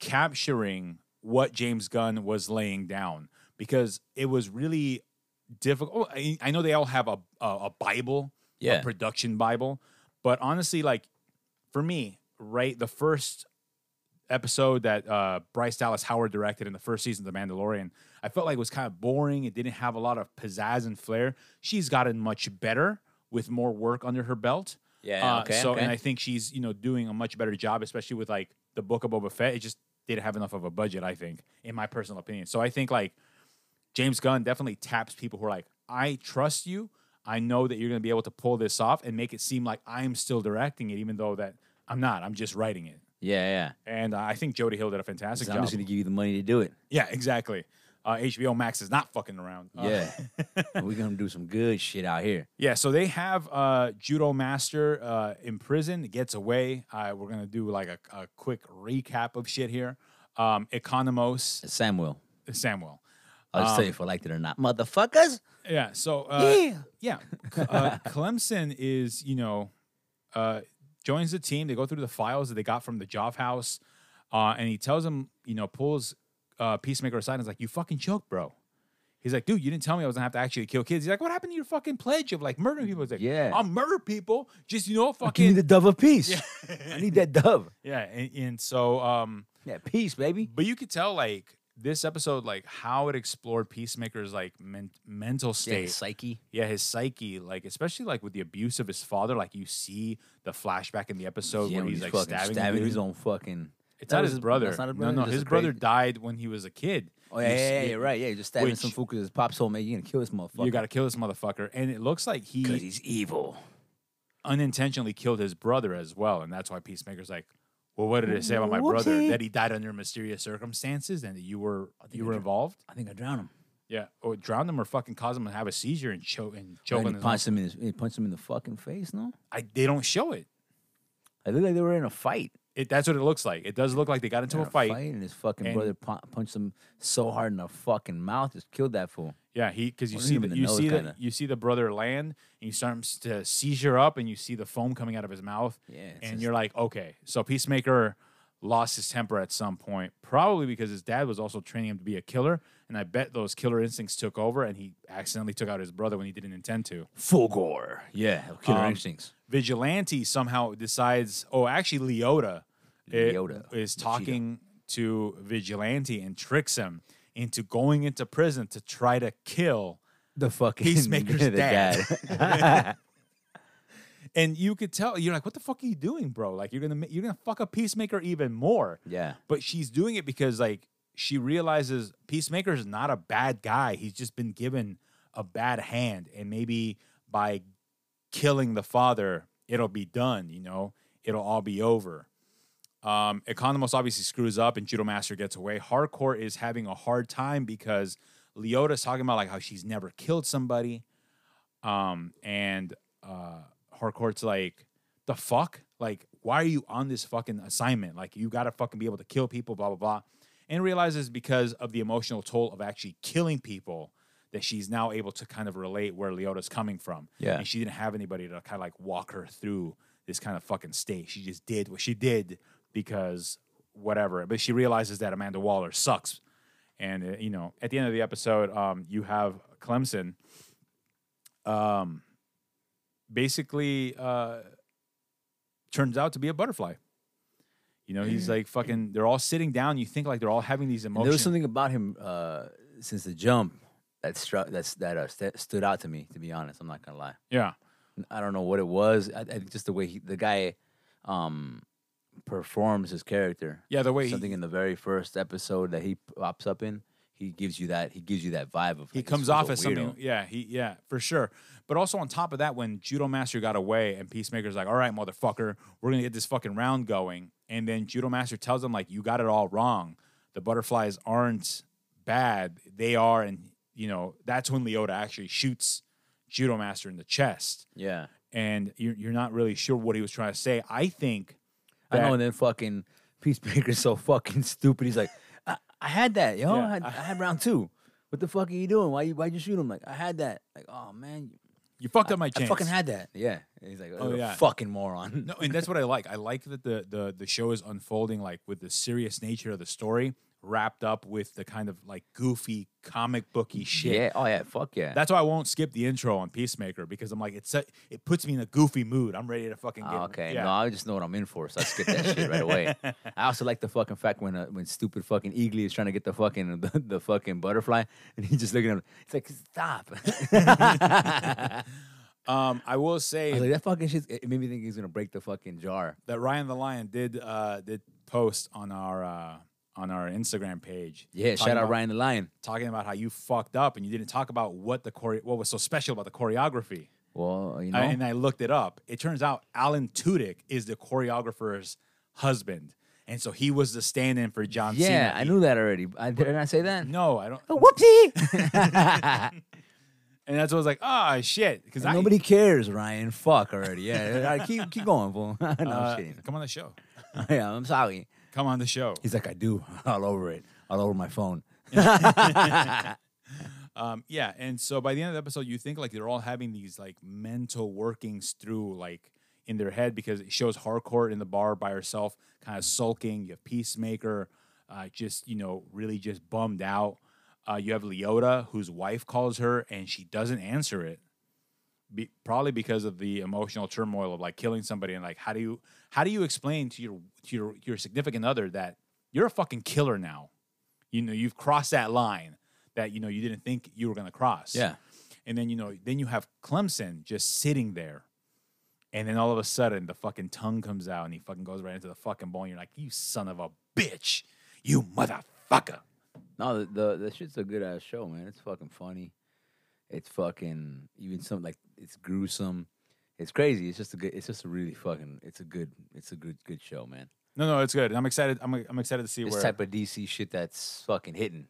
Speaker 2: capturing what James Gunn was laying down because it was really difficult. I, I know they all have a a, a Bible,
Speaker 1: Yeah.
Speaker 2: a production Bible, but honestly, like for me, right, the first episode that uh, Bryce Dallas Howard directed in the first season of The Mandalorian, I felt like it was kind of boring. It didn't have a lot of pizzazz and flair. She's gotten much better with more work under her belt.
Speaker 1: Yeah,
Speaker 2: Uh,
Speaker 1: okay,
Speaker 2: So, and
Speaker 1: okay.
Speaker 2: I think she's you know doing a much better job, especially with like the book of Boba Fett. It just didn't have enough of a budget, I think, in my personal opinion. So I think like James Gunn definitely taps people who are like, I trust you. I know that you're going to be able to pull this off and make it seem like I'm still directing it, even though that I'm not. I'm just writing it.
Speaker 1: Yeah, yeah.
Speaker 2: And uh, I think Jody Hill did a fantastic
Speaker 1: So I'm
Speaker 2: job.
Speaker 1: just gonna give you the money to do it.
Speaker 2: yeah, exactly. Uh, HBO Max is not fucking around. Uh,
Speaker 1: Yeah, we're gonna do some good shit out here.
Speaker 2: Yeah, so they have uh, judo master uh, in prison gets away. Uh, we're gonna do like a, a quick recap of shit here. Um, Economos
Speaker 1: Samuel,
Speaker 2: Samuel.
Speaker 1: I'll just tell you if I liked it or not, motherfuckers.
Speaker 2: Yeah, so Um, uh,
Speaker 1: Yeah.
Speaker 2: yeah, C- uh, Clemson is you know uh, joins the team. They go through the files that they got from the Job House, uh, and he tells him you know pulls uh, Peacemaker aside and is like, "You fucking joke, bro." He's like, dude, you didn't tell me I was gonna have to actually kill kids. He's like, what happened to your fucking pledge of like murdering people? He's like,
Speaker 1: Yeah.
Speaker 2: I'll murder people. Just you know,
Speaker 1: Give me
Speaker 2: fucking
Speaker 1: the dove of peace. I need that dove.
Speaker 2: Yeah, and, and so um
Speaker 1: Yeah, peace, baby.
Speaker 2: but you could tell like this episode like how it explored Peacemaker's like men- mental
Speaker 1: Yeah,
Speaker 2: state. Yeah,
Speaker 1: psyche.
Speaker 2: his psyche, like especially like with the abuse of his father, like you see the flashback in the episode
Speaker 1: yeah,
Speaker 2: where
Speaker 1: when
Speaker 2: he's, like
Speaker 1: fucking
Speaker 2: stabbing, the dude.
Speaker 1: his own fucking.
Speaker 2: It's
Speaker 1: That
Speaker 2: not
Speaker 1: was
Speaker 2: his, brother.
Speaker 1: That's not his
Speaker 2: No, no,
Speaker 1: just
Speaker 2: his
Speaker 1: a
Speaker 2: brother
Speaker 1: crazy-
Speaker 2: died when he was a kid.
Speaker 1: Oh yeah,
Speaker 2: You s-
Speaker 1: yeah, yeah,
Speaker 2: you-
Speaker 1: right. Yeah, you're just stabbing some
Speaker 2: which-
Speaker 1: fool because his pops told me you're gonna kill this motherfucker
Speaker 2: You got to kill this motherfucker, and it looks like he
Speaker 1: because he's evil.
Speaker 2: unintentionally killed his brother as well, and that's why Peacemaker's like, "Well, what did it say about my brother?
Speaker 1: Whoopsie.
Speaker 2: That he died under mysterious circumstances, and that you were
Speaker 1: think
Speaker 2: you
Speaker 1: I
Speaker 2: were
Speaker 1: dr-
Speaker 2: involved?
Speaker 1: I think I drowned him.
Speaker 2: Yeah, or drowned him, or fucking caused him to have a seizure and choke and choke
Speaker 1: And
Speaker 2: on
Speaker 1: he
Speaker 2: his own-
Speaker 1: punched him in his, he punched him in the fucking face. No,
Speaker 2: I, They don't show it.
Speaker 1: it looked like they were in a fight.
Speaker 2: It that's what it looks like. It does look like they got into
Speaker 1: They're
Speaker 2: a
Speaker 1: in
Speaker 2: fight.
Speaker 1: and his fucking
Speaker 2: and-
Speaker 1: brother pu- punched him so hard in the fucking mouth, just killed that fool.
Speaker 2: Yeah, he because you
Speaker 1: Wasn't
Speaker 2: see
Speaker 1: even
Speaker 2: the,
Speaker 1: the
Speaker 2: you
Speaker 1: nose,
Speaker 2: see the,
Speaker 1: kinda.
Speaker 2: you see the brother land, and you start him s- to seizure up, and you see the foam coming out of his mouth.
Speaker 1: Yeah, it's
Speaker 2: and
Speaker 1: just-
Speaker 2: you're like, okay, so Peacemaker lost his temper at some point, probably because his dad was also training him to be a killer, and I bet those killer instincts took over, and he accidentally took out his brother when he didn't intend to.
Speaker 1: Full gore. Yeah, killer
Speaker 2: Um,
Speaker 1: instincts.
Speaker 2: Vigilante somehow decides, oh, actually, Leota, i-
Speaker 1: Leota,
Speaker 2: is
Speaker 1: Machida.
Speaker 2: talking to Vigilante and tricks him into going into prison to try to kill.
Speaker 1: The fucking
Speaker 2: Peacemaker's
Speaker 1: the
Speaker 2: dad.
Speaker 1: dad.
Speaker 2: and you could tell you're like, what the fuck are you doing, bro? Like you're gonna ma- you're gonna fuck up Peacemaker even more.
Speaker 1: yeah,
Speaker 2: But she's doing it because like she realizes Peacemaker is not a bad guy. He's just been given a bad hand, and maybe by killing the father, it'll be done. You know, it'll all be over. Um, Economos obviously screws up, and Judo Master gets away. Hardcore is having a hard time because Leota's talking about like how she's never killed somebody, um, and uh, Hardcore's like, "The fuck! Like, why are you on this fucking assignment? Like, you gotta fucking be able to kill people, blah blah blah." And realizes because of the emotional toll of actually killing people that she's now able to kind of relate where Leota's coming from.
Speaker 1: Yeah.
Speaker 2: and she didn't have anybody to kind of like walk her through this kind of fucking state. She just did what she did because whatever. But she realizes that Amanda Waller sucks. And uh, you know, at the end of the episode, um, you have Clemson. Um, basically, uh, turns out to be a butterfly. You know, he's like fucking. They're all sitting down. You think like they're all having these
Speaker 1: Mm. and there was
Speaker 2: emotions.
Speaker 1: something about him uh, since the jump that struck that's that uh, st- stood out to me. To be honest, I'm not gonna lie.
Speaker 2: yeah,
Speaker 1: I don't know what it was. I, I think just the way he, the guy um, performs his character.
Speaker 2: yeah. The way he,
Speaker 1: something in the very first episode that he pops up in, he gives you that he gives you that vibe of
Speaker 2: he
Speaker 1: like, this
Speaker 2: comes
Speaker 1: was
Speaker 2: off
Speaker 1: a
Speaker 2: as something.
Speaker 1: weirdo.
Speaker 2: Yeah, he yeah for sure. But also on top of that, when Judo Master got away and Peacemaker's like, "All right, motherfucker, we're gonna get this fucking round going," and then Judo Master tells him like, "You got it all wrong. The butterflies aren't bad. They are." And you know that's when Leota actually shoots Judo Master in the chest,
Speaker 1: Yeah,
Speaker 2: and you're you're not really sure what he was trying to say. I think.
Speaker 1: I
Speaker 2: that-
Speaker 1: know. And then fucking Peacemaker's so fucking stupid. He's like, I, I had that, yo.
Speaker 2: Yeah,
Speaker 1: I, had,
Speaker 2: I-
Speaker 1: I had round two. What the fuck are you doing? Why you why'd you shoot him? Like I had that. Like oh man,
Speaker 2: You fucked
Speaker 1: I,
Speaker 2: up my
Speaker 1: I
Speaker 2: chance.
Speaker 1: fucking had that. Yeah. And he's like,
Speaker 2: Oh,
Speaker 1: oh
Speaker 2: yeah.
Speaker 1: yeah, fucking moron.
Speaker 2: No, and that's what I like. I like that the the the show is unfolding like with the serious nature of the story wrapped up with the kind of like goofy comic booky shit.
Speaker 1: Yeah. Oh yeah. Fuck yeah.
Speaker 2: That's why I won't skip the intro on Peacemaker because I'm like it's a, it puts me in a goofy mood. I'm ready to fucking get
Speaker 1: Oh, okay.
Speaker 2: yeah.
Speaker 1: No, I just know what I'm in for, so I skip that shit right away. I also like the fucking fact when uh, when stupid fucking Eagly is trying to get the fucking the, the fucking butterfly, and he's just looking at him. It's like stop. I
Speaker 2: Um I will say
Speaker 1: was like that fucking shit. It made me think he's gonna break the fucking jar.
Speaker 2: that Ryan the Lion did uh did post on our uh on our Instagram page.
Speaker 1: Yeah.
Speaker 2: talking
Speaker 1: shout out
Speaker 2: about-
Speaker 1: Ryan the Lion.
Speaker 2: talking about how you fucked up and you didn't talk about what the chore- what was so special about the choreography.
Speaker 1: Well, you know.
Speaker 2: I- and I looked it up. It turns out Alan Tudyk is the choreographer's husband, and so he was the stand-in for John Cena.
Speaker 1: yeah, I
Speaker 2: He-
Speaker 1: knew that already. I, didn't I say that?
Speaker 2: No, I don't.
Speaker 1: Oh, whoopsie.
Speaker 2: And that's what I was like, ah, shit, because
Speaker 1: And nobody cares, Ryan. Fuck already. Yeah. all right, keep keep going, fool. no, I'm
Speaker 2: Uh,
Speaker 1: kidding.
Speaker 2: come on the show.
Speaker 1: Yeah, I'm sorry.
Speaker 2: Come on the show.
Speaker 1: He's like, I do, all over it, all over my phone.
Speaker 2: Um, yeah, and so by the end of the episode, you think like they're all having these like mental workings through like in their head because it shows Harcourt in the bar by herself, kind of sulking. You have Peacemaker, uh, just you know, really just bummed out. Uh, you have Leota, whose wife calls her and she doesn't answer it, be- probably because of the emotional turmoil of like killing somebody and like how do you how do you explain to your to your your significant other that you're a fucking killer now, you know, you've crossed that line that you know you didn't think you were gonna cross.
Speaker 1: Yeah.
Speaker 2: And then you know, then you have Clemson just sitting there. And then all of a sudden the fucking tongue comes out and he fucking goes right into the fucking bone. You're like, you son of a bitch. You motherfucker.
Speaker 1: No, the, the the shit's a good ass show, man. It's fucking funny. It's fucking even some like it's gruesome. It's crazy. It's just a good. It's just a really fucking. It's a good. It's a good good show, man.
Speaker 2: No, no, it's good. I'm excited. I'm, I'm excited to see
Speaker 1: This
Speaker 2: where.
Speaker 1: type of DC shit that's fucking hitting.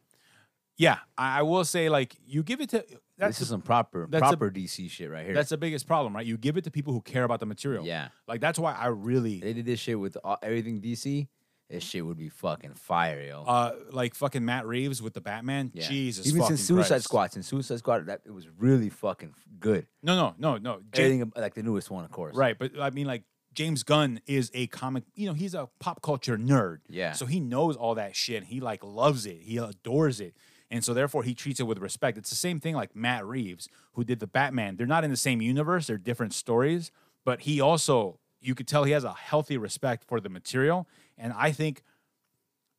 Speaker 2: yeah, I, I will say like you give it to that's
Speaker 1: this is some proper
Speaker 2: that's a-
Speaker 1: proper DC shit right here.
Speaker 2: that's the biggest problem, right? You give it to people who care about the material.
Speaker 1: yeah.
Speaker 2: like that's why I really
Speaker 1: They did this shit with all, everything DC. This shit would be fucking fire, yo.
Speaker 2: uh like fucking Matt Reeves with the Batman.
Speaker 1: Yeah.
Speaker 2: Jesus,
Speaker 1: even
Speaker 2: fucking
Speaker 1: since Suicide
Speaker 2: Christ.
Speaker 1: Squad, since Suicide Squad, that it was really fucking good.
Speaker 2: No, no, no, no. Ja-
Speaker 1: Everything ab- like the newest one, of course.
Speaker 2: right, but I mean like James Gunn is a comic. You know, he's a pop culture nerd.
Speaker 1: Yeah.
Speaker 2: So he knows all that shit. He like loves it. He adores it. And so therefore he treats it with respect. It's the same thing like Matt Reeves who did the Batman. They're not in the same universe, they're different stories, but he also you could tell he has a healthy respect for the material and I think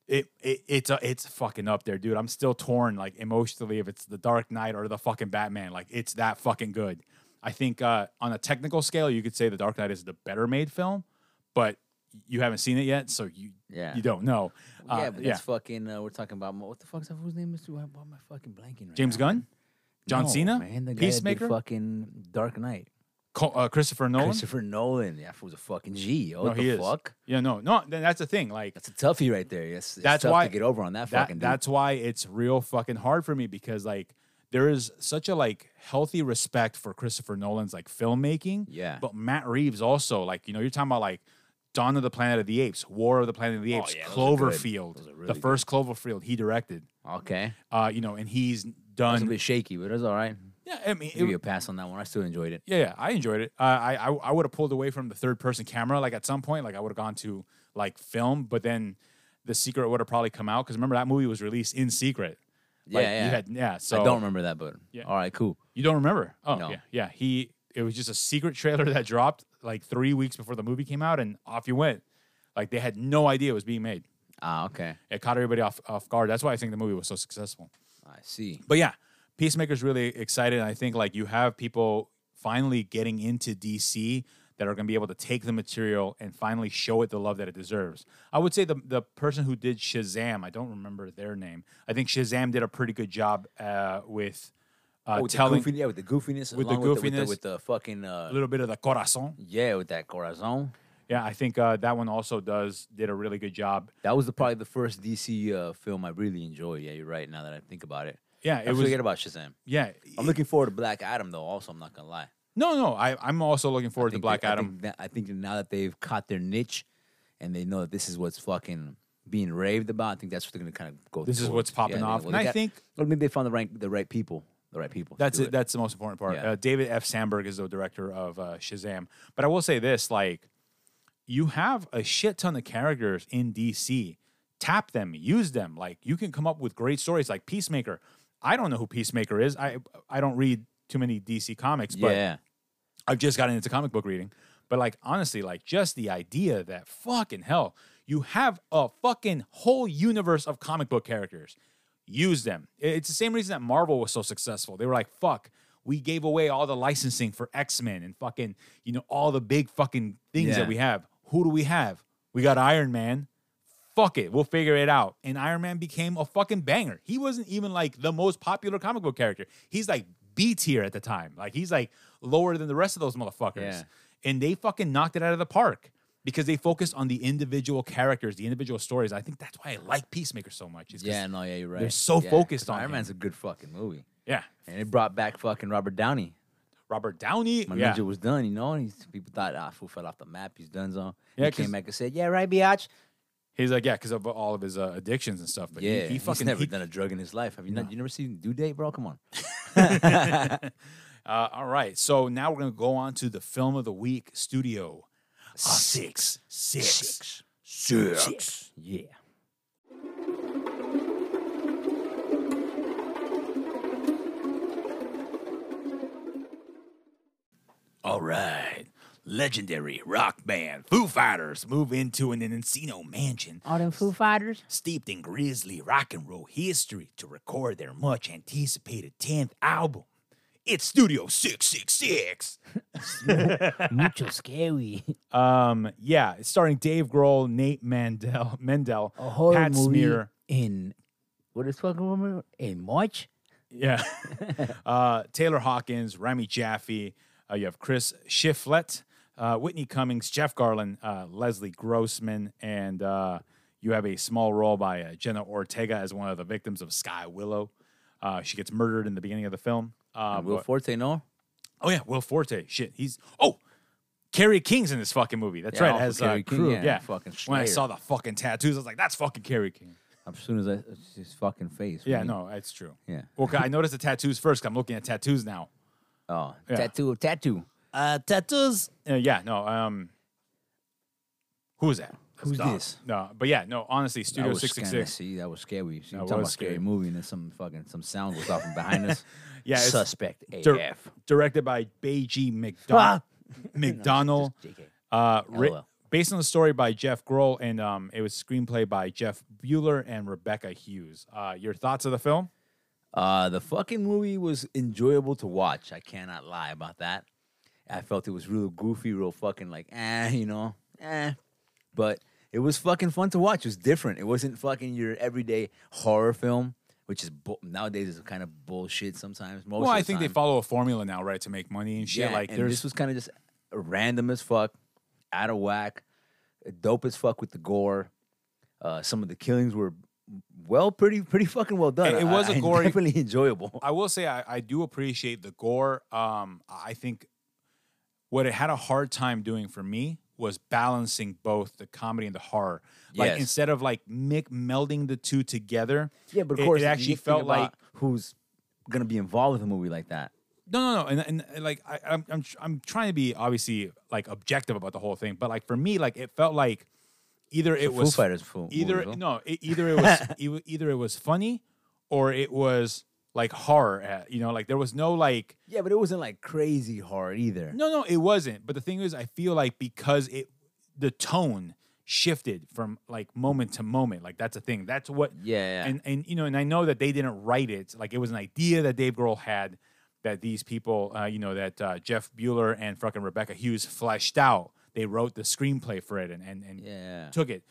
Speaker 2: it, it it's a, it's fucking up there, dude. I'm still torn like emotionally if it's the Dark Knight or the fucking Batman. Like it's that fucking good. I think uh, on a technical scale, you could say the Dark Knight is the better made film, but you haven't seen it yet, so you
Speaker 1: Yeah.
Speaker 2: you don't know. Uh,
Speaker 1: yeah, but that's fucking. Uh, we're talking about mo- what the fuck's that whose name is? Why, why am I fucking blanking right
Speaker 2: James
Speaker 1: now, man?
Speaker 2: Gunn, John
Speaker 1: No,
Speaker 2: Cena,
Speaker 1: man, the guy that did
Speaker 2: Peacemaker,
Speaker 1: fucking Dark Knight,
Speaker 2: Co- uh, Christopher Nolan.
Speaker 1: Christopher Nolan. Yeah, was a fucking G. Yo,
Speaker 2: no,
Speaker 1: what the
Speaker 2: he is.
Speaker 1: fuck?
Speaker 2: Yeah, no, no. Then that's the thing. Like
Speaker 1: That's a toughie right there. Yes, it's
Speaker 2: That's
Speaker 1: tough
Speaker 2: why-
Speaker 1: to get over on that,
Speaker 2: that,
Speaker 1: fucking. Dude.
Speaker 2: that's why it's real fucking hard for me because like there is such a like healthy respect for Christopher Nolan's like filmmaking.
Speaker 1: Yeah.
Speaker 2: But Matt Reeves also like you know you're talking about like Dawn of the Planet of the Apes, War of the Planet of the
Speaker 1: Oh,
Speaker 2: Apes,
Speaker 1: yeah, those are good.
Speaker 2: Cloverfield,
Speaker 1: Those are
Speaker 2: the
Speaker 1: really good.
Speaker 2: first Cloverfield he directed.
Speaker 1: okay.
Speaker 2: Uh, you know, and he's
Speaker 1: It was a
Speaker 2: done.
Speaker 1: bit shaky, but it was all right.
Speaker 2: Yeah, I mean,
Speaker 1: Give
Speaker 2: it-
Speaker 1: you a pass on that one. I still enjoyed it.
Speaker 2: yeah, yeah, I enjoyed it. Uh, I I, I would have pulled away from the third person camera. Like at some point, like I would have gone to like film, but then the secret would have probably come out because remember that movie was released in secret. Like,
Speaker 1: yeah, yeah.
Speaker 2: You had, yeah. So
Speaker 1: I don't remember that, but
Speaker 2: Yeah.
Speaker 1: all right, cool.
Speaker 2: You don't remember? Oh,
Speaker 1: No.
Speaker 2: yeah, yeah. He it was just a secret trailer that dropped like three weeks before the movie came out, and off you went. Like they had no idea it was being made.
Speaker 1: Ah, okay.
Speaker 2: It caught everybody off off guard. That's why I think the movie was so successful.
Speaker 1: I see.
Speaker 2: But yeah, Peacemaker's really excited. And I think like you have people finally getting into DC that are going to be able to take the material and finally show it the love that it deserves. I would say the the person who did Shazam, I don't remember their name. I think Shazam did a pretty good job uh, with uh,
Speaker 1: Oh, with
Speaker 2: telling
Speaker 1: the goofiness, yeah, with the goofiness,
Speaker 2: with the
Speaker 1: along with the,
Speaker 2: goofiness.
Speaker 1: with the, fucking, uh,
Speaker 2: a little bit of the corazon.
Speaker 1: yeah, with that corazon.
Speaker 2: Yeah, I think uh, that one also does did a really good job.
Speaker 1: That was the, probably the first DC uh, film I really enjoyed. Yeah, you're right. Now that I think about it,
Speaker 2: Yeah,
Speaker 1: I
Speaker 2: it was.
Speaker 1: forget about Shazam.
Speaker 2: Yeah,
Speaker 1: I'm looking forward to Black Adam though. Also, I'm not gonna lie.
Speaker 2: no, no, I, I'm also looking forward to
Speaker 1: think
Speaker 2: Black
Speaker 1: they- I
Speaker 2: Adam.
Speaker 1: think, that, I think that now that they've caught their niche, and they know that this is what's fucking being raved about. I think that's what they're gonna kind of go.
Speaker 2: This is
Speaker 1: towards.
Speaker 2: what's popping
Speaker 1: Yeah, they-
Speaker 2: off,
Speaker 1: well,
Speaker 2: and
Speaker 1: they
Speaker 2: I
Speaker 1: got-
Speaker 2: think
Speaker 1: I think they found the right the right people. The right people. to
Speaker 2: that's
Speaker 1: do
Speaker 2: it. That's the most important part.
Speaker 1: Yeah.
Speaker 2: Uh, David F. Sandberg is the director of uh, Shazam, but I will say this: like, you have a shit ton of characters in DC. Tap them, use them. Like, you can come up with great stories. Like Peacemaker. I don't know who Peacemaker is. I I don't read too many DC comics, but
Speaker 1: yeah.
Speaker 2: I've just gotten into comic book reading, but like honestly, like just the idea that fucking hell, you have a fucking whole universe of comic book characters. Use them. I- It's the same reason that Marvel was so successful. They were like, fuck, we gave away all the licensing for X Men and fucking, you know, all the big fucking things
Speaker 1: Yeah.
Speaker 2: that we have. Who do we have? We got Iron Man. Fuck it, we'll figure it out. And Iron Man became a fucking banger. He wasn't even like the most popular comic book character. He's like B tier at the time. Like he's like lower than the rest of those motherfuckers.
Speaker 1: Yeah.
Speaker 2: And they fucking knocked it out of the park because they focused on the individual characters, the individual stories. I think that's why I like Peacemaker so much. is 'cause-
Speaker 1: Yeah, no, yeah, you're right.
Speaker 2: so
Speaker 1: Yeah,
Speaker 2: focused
Speaker 1: 'cause
Speaker 2: on
Speaker 1: Iron
Speaker 2: him.
Speaker 1: Man's a good fucking movie,
Speaker 2: yeah.
Speaker 1: and it brought back fucking Robert Downey.
Speaker 2: Robert Downey.
Speaker 1: My
Speaker 2: yeah.
Speaker 1: ninja was done, you know. And he's, people thought, ah, fool fell off the map. He's done, so
Speaker 2: Yeah,
Speaker 1: he came
Speaker 2: 'cause-
Speaker 1: back and said, "Yeah, right, biatch."
Speaker 2: He's like, yeah, because of all of his uh, addictions and stuff. But he-
Speaker 1: Yeah,
Speaker 2: he, fucking
Speaker 1: he's never
Speaker 2: he-
Speaker 1: done a drug in his life. Have you not? You never seen Due Date, bro? Come on.
Speaker 2: Uh, all right, so now we're gonna go on to the film of the week studio. Ah, Six, six, six, six.
Speaker 1: Yeah.
Speaker 2: All right, legendary rock band Foo Fighters move into an Encino mansion
Speaker 1: All them Foo Fighters.
Speaker 2: steeped in grisly rock and roll history to record their much anticipated 10th album. It's Studio 666.
Speaker 1: Mucho scary.
Speaker 2: Um, yeah, it's starring Dave Grohl, Nate Mandel, Mendel,
Speaker 1: A horror
Speaker 2: Pat
Speaker 1: movie
Speaker 2: Smear,
Speaker 1: in what is fucking woman in March?
Speaker 2: Yeah. uh, Taylor Hawkins, Remy Jaffe, Uh, you have Chris Shiflett, uh, Whitney Cummings, Jeff Garland, uh, Leslie Grossman, and uh, you have a small role by uh, Jenna Ortega as one of the victims of Sky Willow. Uh, she gets murdered in the beginning of the film. Uh,
Speaker 1: Will
Speaker 2: but-
Speaker 1: Forte, no?
Speaker 2: Oh yeah, Will Forte. Shit, he's oh, Carrie King's in this fucking movie. That's
Speaker 1: Yeah,
Speaker 2: right.
Speaker 1: Uncle
Speaker 2: Has uh,
Speaker 1: Kerry King,
Speaker 2: crew.
Speaker 1: yeah,
Speaker 2: Yeah,
Speaker 1: fucking
Speaker 2: When I
Speaker 1: Slayer.
Speaker 2: saw the fucking tattoos, I was like, that's fucking Carrie King.
Speaker 1: As soon as I, it's his fucking face.
Speaker 2: Yeah,
Speaker 1: man.
Speaker 2: no, it's true.
Speaker 1: Yeah.
Speaker 2: Well, 'cause I noticed the tattoos first. 'cause I'm looking at tattoos now.
Speaker 1: Oh,
Speaker 2: Yeah.
Speaker 1: tattoo, tattoo.
Speaker 2: Uh, tattoos. yeah, no. Um, who is that? That's
Speaker 1: Who's
Speaker 2: Dog.
Speaker 1: this?
Speaker 2: No, but yeah, no. Honestly,
Speaker 1: That
Speaker 2: Studio
Speaker 1: was
Speaker 2: Six Six
Speaker 1: kinda-
Speaker 2: Six.
Speaker 1: See, that was scary. See,
Speaker 2: That
Speaker 1: you talking about
Speaker 2: was
Speaker 1: scary
Speaker 2: scary.
Speaker 1: movie and then some fucking some sound goes off from behind us.
Speaker 2: Yeah, it's
Speaker 1: suspect
Speaker 2: dir-
Speaker 1: AF.
Speaker 2: directed by Beiji McDonald. McDonald.
Speaker 1: JK.
Speaker 2: Uh, ri-
Speaker 1: LOL.
Speaker 2: based on the story by Jeff Grohl, and um, it was screenplay by Jeff Bueller and Rebecca Hughes. Uh, your thoughts of the film?
Speaker 1: Uh, the fucking movie was enjoyable to watch. I cannot lie about that. I felt it was real goofy, real fucking like, eh, you know, eh. But it was fucking fun to watch. It was different. It wasn't fucking your everyday horror film, which is bu- nowadays is kind of bullshit sometimes. Most
Speaker 2: Well,
Speaker 1: of
Speaker 2: I
Speaker 1: the
Speaker 2: think
Speaker 1: time.
Speaker 2: they follow a formula now, right, to make money and shit.
Speaker 1: Yeah,
Speaker 2: like
Speaker 1: and this
Speaker 2: there's
Speaker 1: was kind of just random as fuck, out of whack, dope as fuck with the gore. Uh, some of the killings were well, pretty, pretty fucking well done.
Speaker 2: It- it was
Speaker 1: a
Speaker 2: a gory-
Speaker 1: definitely enjoyable.
Speaker 2: I will say I, I do appreciate the gore. Um, I think what it had a hard time doing for me was balancing both the comedy and the horror. Like
Speaker 1: Yes.
Speaker 2: instead of like mic melding the two together.
Speaker 1: Yeah, but of
Speaker 2: it-
Speaker 1: course,
Speaker 2: it,
Speaker 1: you
Speaker 2: actually
Speaker 1: think
Speaker 2: felt
Speaker 1: about
Speaker 2: like
Speaker 1: who's gonna be involved with a movie like that.
Speaker 2: no, no, no, and, and, and like I, I'm, I'm, tr- I'm trying to be obviously like objective about the whole thing, but like for me, like it felt like either it
Speaker 1: Foo
Speaker 2: was
Speaker 1: Fighters fu- movie,
Speaker 2: either
Speaker 1: bro.
Speaker 2: no, it, either it was e- either it was funny or it was like horror. uh, You know, like there was no like
Speaker 1: Yeah, but it wasn't like crazy hard either.
Speaker 2: No, no, it wasn't. But the thing is, I feel like because it, the tone shifted from like moment to moment. Like that's a thing. That's what.
Speaker 1: Yeah, yeah.
Speaker 2: And and you know, and I know that they didn't write it. Like it was an idea that Dave Grohl had that these people, uh, you know, that uh, Jeff Bueller and fucking Rebecca Hughes fleshed out. They wrote the screenplay for it and and and
Speaker 1: Yeah.
Speaker 2: took it.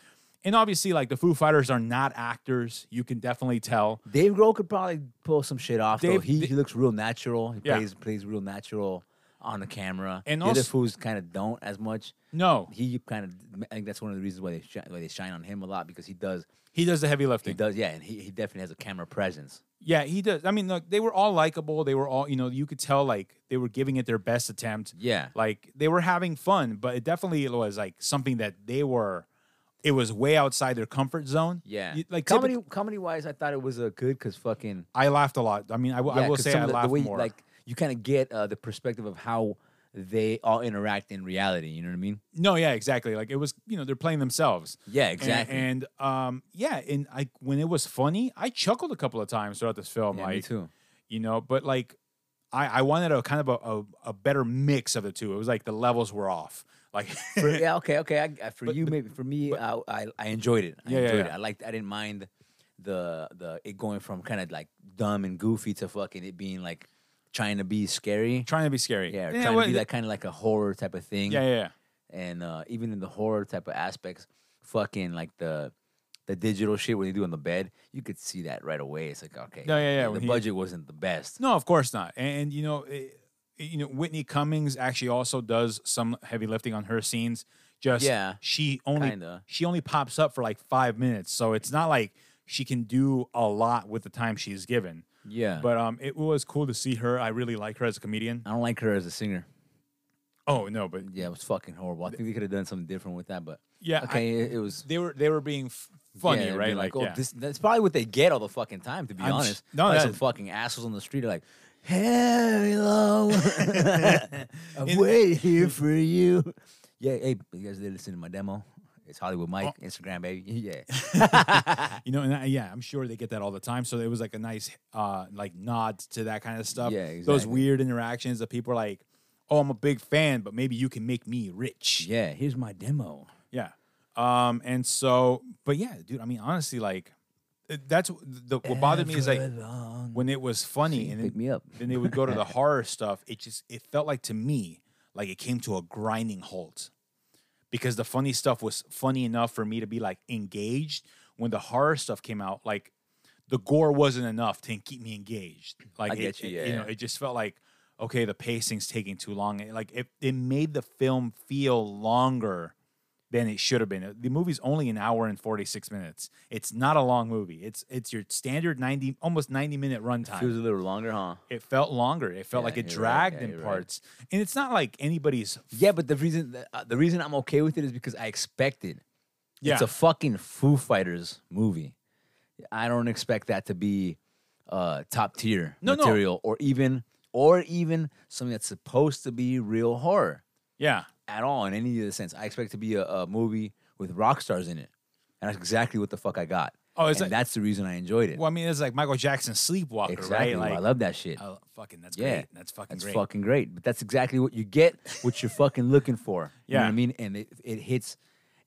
Speaker 2: And obviously, like the Foo Fighters are not actors. You can definitely tell.
Speaker 1: Dave Grohl could probably pull some shit off. though.
Speaker 2: Dave-
Speaker 1: He, he looks real natural. He
Speaker 2: Yeah.
Speaker 1: plays plays real natural on the camera.
Speaker 2: And
Speaker 1: the other
Speaker 2: also-
Speaker 1: fools kind of don't as much.
Speaker 2: No,
Speaker 1: He kind of I think that's one of the reasons why they shine, why they shine on him a lot because he does
Speaker 2: he does the heavy lifting.
Speaker 1: he does yeah and he, he definitely has a camera presence.
Speaker 2: Yeah, he does. I mean, look, they were all likable. They were all, you know, you could tell like they were giving it their best attempt.
Speaker 1: Yeah.
Speaker 2: Like they were having fun, but it definitely was like something that they were, it was way outside their comfort zone.
Speaker 1: Yeah,
Speaker 2: You- like
Speaker 1: comedy
Speaker 2: comedy.
Speaker 1: comedy wise, I thought it was a good because fucking
Speaker 2: I laughed a lot. I mean, I, w- I
Speaker 1: Yeah,
Speaker 2: will
Speaker 1: 'cause
Speaker 2: say
Speaker 1: some
Speaker 2: I
Speaker 1: of the-
Speaker 2: laughed
Speaker 1: the way,
Speaker 2: more.
Speaker 1: Like you kind of get uh, the perspective of how they all interact in reality. You know what I mean?
Speaker 2: no, yeah, exactly. Like it was, you know, they're playing themselves.
Speaker 1: Yeah,
Speaker 2: And-
Speaker 1: exactly.
Speaker 2: And, um, yeah, and I when it was funny, I chuckled a couple of times throughout this film.
Speaker 1: yeah,
Speaker 2: like,
Speaker 1: me too.
Speaker 2: you know but like i i wanted a kind of a, a, a better mix of the two it was like the levels were off like
Speaker 1: For- yeah, okay, okay. I, I, for
Speaker 2: But-
Speaker 1: you,
Speaker 2: but-
Speaker 1: maybe for me, I, I I enjoyed it. I
Speaker 2: Yeah, yeah,
Speaker 1: enjoyed it.
Speaker 2: yeah.
Speaker 1: I liked. I didn't mind the the it going from kind of like dumb and goofy to fucking it being like trying to be scary.
Speaker 2: trying to be scary
Speaker 1: Yeah,
Speaker 2: yeah,
Speaker 1: trying
Speaker 2: well,
Speaker 1: to be like kind of like a horror type of thing.
Speaker 2: yeah yeah, yeah.
Speaker 1: and uh, even in the horror type of aspects, fucking like the the digital shit when they do on the bed, you could see that right away. It's like okay,
Speaker 2: No, yeah, yeah,
Speaker 1: The
Speaker 2: when he-
Speaker 1: budget wasn't the best.
Speaker 2: no of course not and, and, you know it, you know whitney cummings actually also does some heavy lifting on her scenes just
Speaker 1: Yeah,
Speaker 2: she only
Speaker 1: kinda.
Speaker 2: she only pops up for like five minutes so it's not like she can do a lot with the time she's given
Speaker 1: Yeah, but
Speaker 2: but um it was cool to see her i really like her as a comedian
Speaker 1: I don't like her as a singer.
Speaker 2: oh no but
Speaker 1: Yeah, it was fucking horrible. I think they could have done something different with that, but
Speaker 2: Yeah, I-
Speaker 1: okay, it, it was
Speaker 2: they were they were being f- funny
Speaker 1: yeah,
Speaker 2: right
Speaker 1: being
Speaker 2: like,
Speaker 1: oh,
Speaker 2: yeah.
Speaker 1: this, that's probably what they get all the fucking time. To be
Speaker 2: I'm s-
Speaker 1: honest,
Speaker 2: no,
Speaker 1: Probably
Speaker 2: that-
Speaker 1: some fucking assholes on the street are like, hello, I'm waiting here for you. Yeah, hey, you guys did listen to my demo. It's Hollywood Mike,
Speaker 2: Oh.
Speaker 1: Instagram baby. Yeah.
Speaker 2: You know, and I, yeah, I'm sure they get that all the time. So it was like a nice uh like nod to that kind of stuff.
Speaker 1: Yeah,
Speaker 2: Those
Speaker 1: exactly.
Speaker 2: weird interactions that people are like, "Oh, I'm a big fan, but maybe you can make me rich."
Speaker 1: Yeah, here's my demo.
Speaker 2: Yeah. Um and so but yeah, dude, I mean honestly like it- that's w- the what bothered me is like
Speaker 1: Everlong.
Speaker 2: when it was funny and
Speaker 1: pick
Speaker 2: then,
Speaker 1: me up.
Speaker 2: then they would go to the horror stuff, it just it felt like to me like it came to a grinding halt. Because the funny stuff was funny enough for me to be like engaged. When the horror stuff came out, like the gore wasn't enough to keep me engaged. Like
Speaker 1: I
Speaker 2: it-
Speaker 1: get you,
Speaker 2: it-
Speaker 1: yeah,
Speaker 2: you know,
Speaker 1: yeah.
Speaker 2: it just felt like okay, the pacing's taking too long. It, like it, it made the film feel longer than it should have been. The movie's only an hour and 46 minutes. It's not a long movie. It's it's your standard 90 almost 90 minute
Speaker 1: Feels
Speaker 2: runtime.
Speaker 1: a little longer, huh?
Speaker 2: It felt longer. It felt
Speaker 1: Yeah,
Speaker 2: like it
Speaker 1: you're right.
Speaker 2: dragged
Speaker 1: Yeah,
Speaker 2: in
Speaker 1: you're right.
Speaker 2: parts. And it's not like anybody's
Speaker 1: Yeah, but the reason the, uh, the reason I'm okay with it is because I expect it.
Speaker 2: Yeah.
Speaker 1: It's a fucking Foo Fighters movie. I don't expect that to be uh, top tier
Speaker 2: No, no.
Speaker 1: material or even or even something that's supposed to be real horror
Speaker 2: Yeah.
Speaker 1: at all in any of the sense. I expect it to be a, a movie with rock stars in it. And that's exactly what the fuck I got.
Speaker 2: Oh, it's
Speaker 1: and
Speaker 2: like-
Speaker 1: that's the reason I enjoyed it.
Speaker 2: Well, I mean, it's like Michael Jackson's Sleepwalker,
Speaker 1: exactly.
Speaker 2: right?
Speaker 1: I
Speaker 2: Like
Speaker 1: love that shit.
Speaker 2: oh, fucking that's
Speaker 1: Yeah.
Speaker 2: great. That's fucking
Speaker 1: That's
Speaker 2: great.
Speaker 1: fucking great. But that's exactly what you get, what you're fucking looking for. You know what
Speaker 2: Yeah.
Speaker 1: I mean? And it, it hits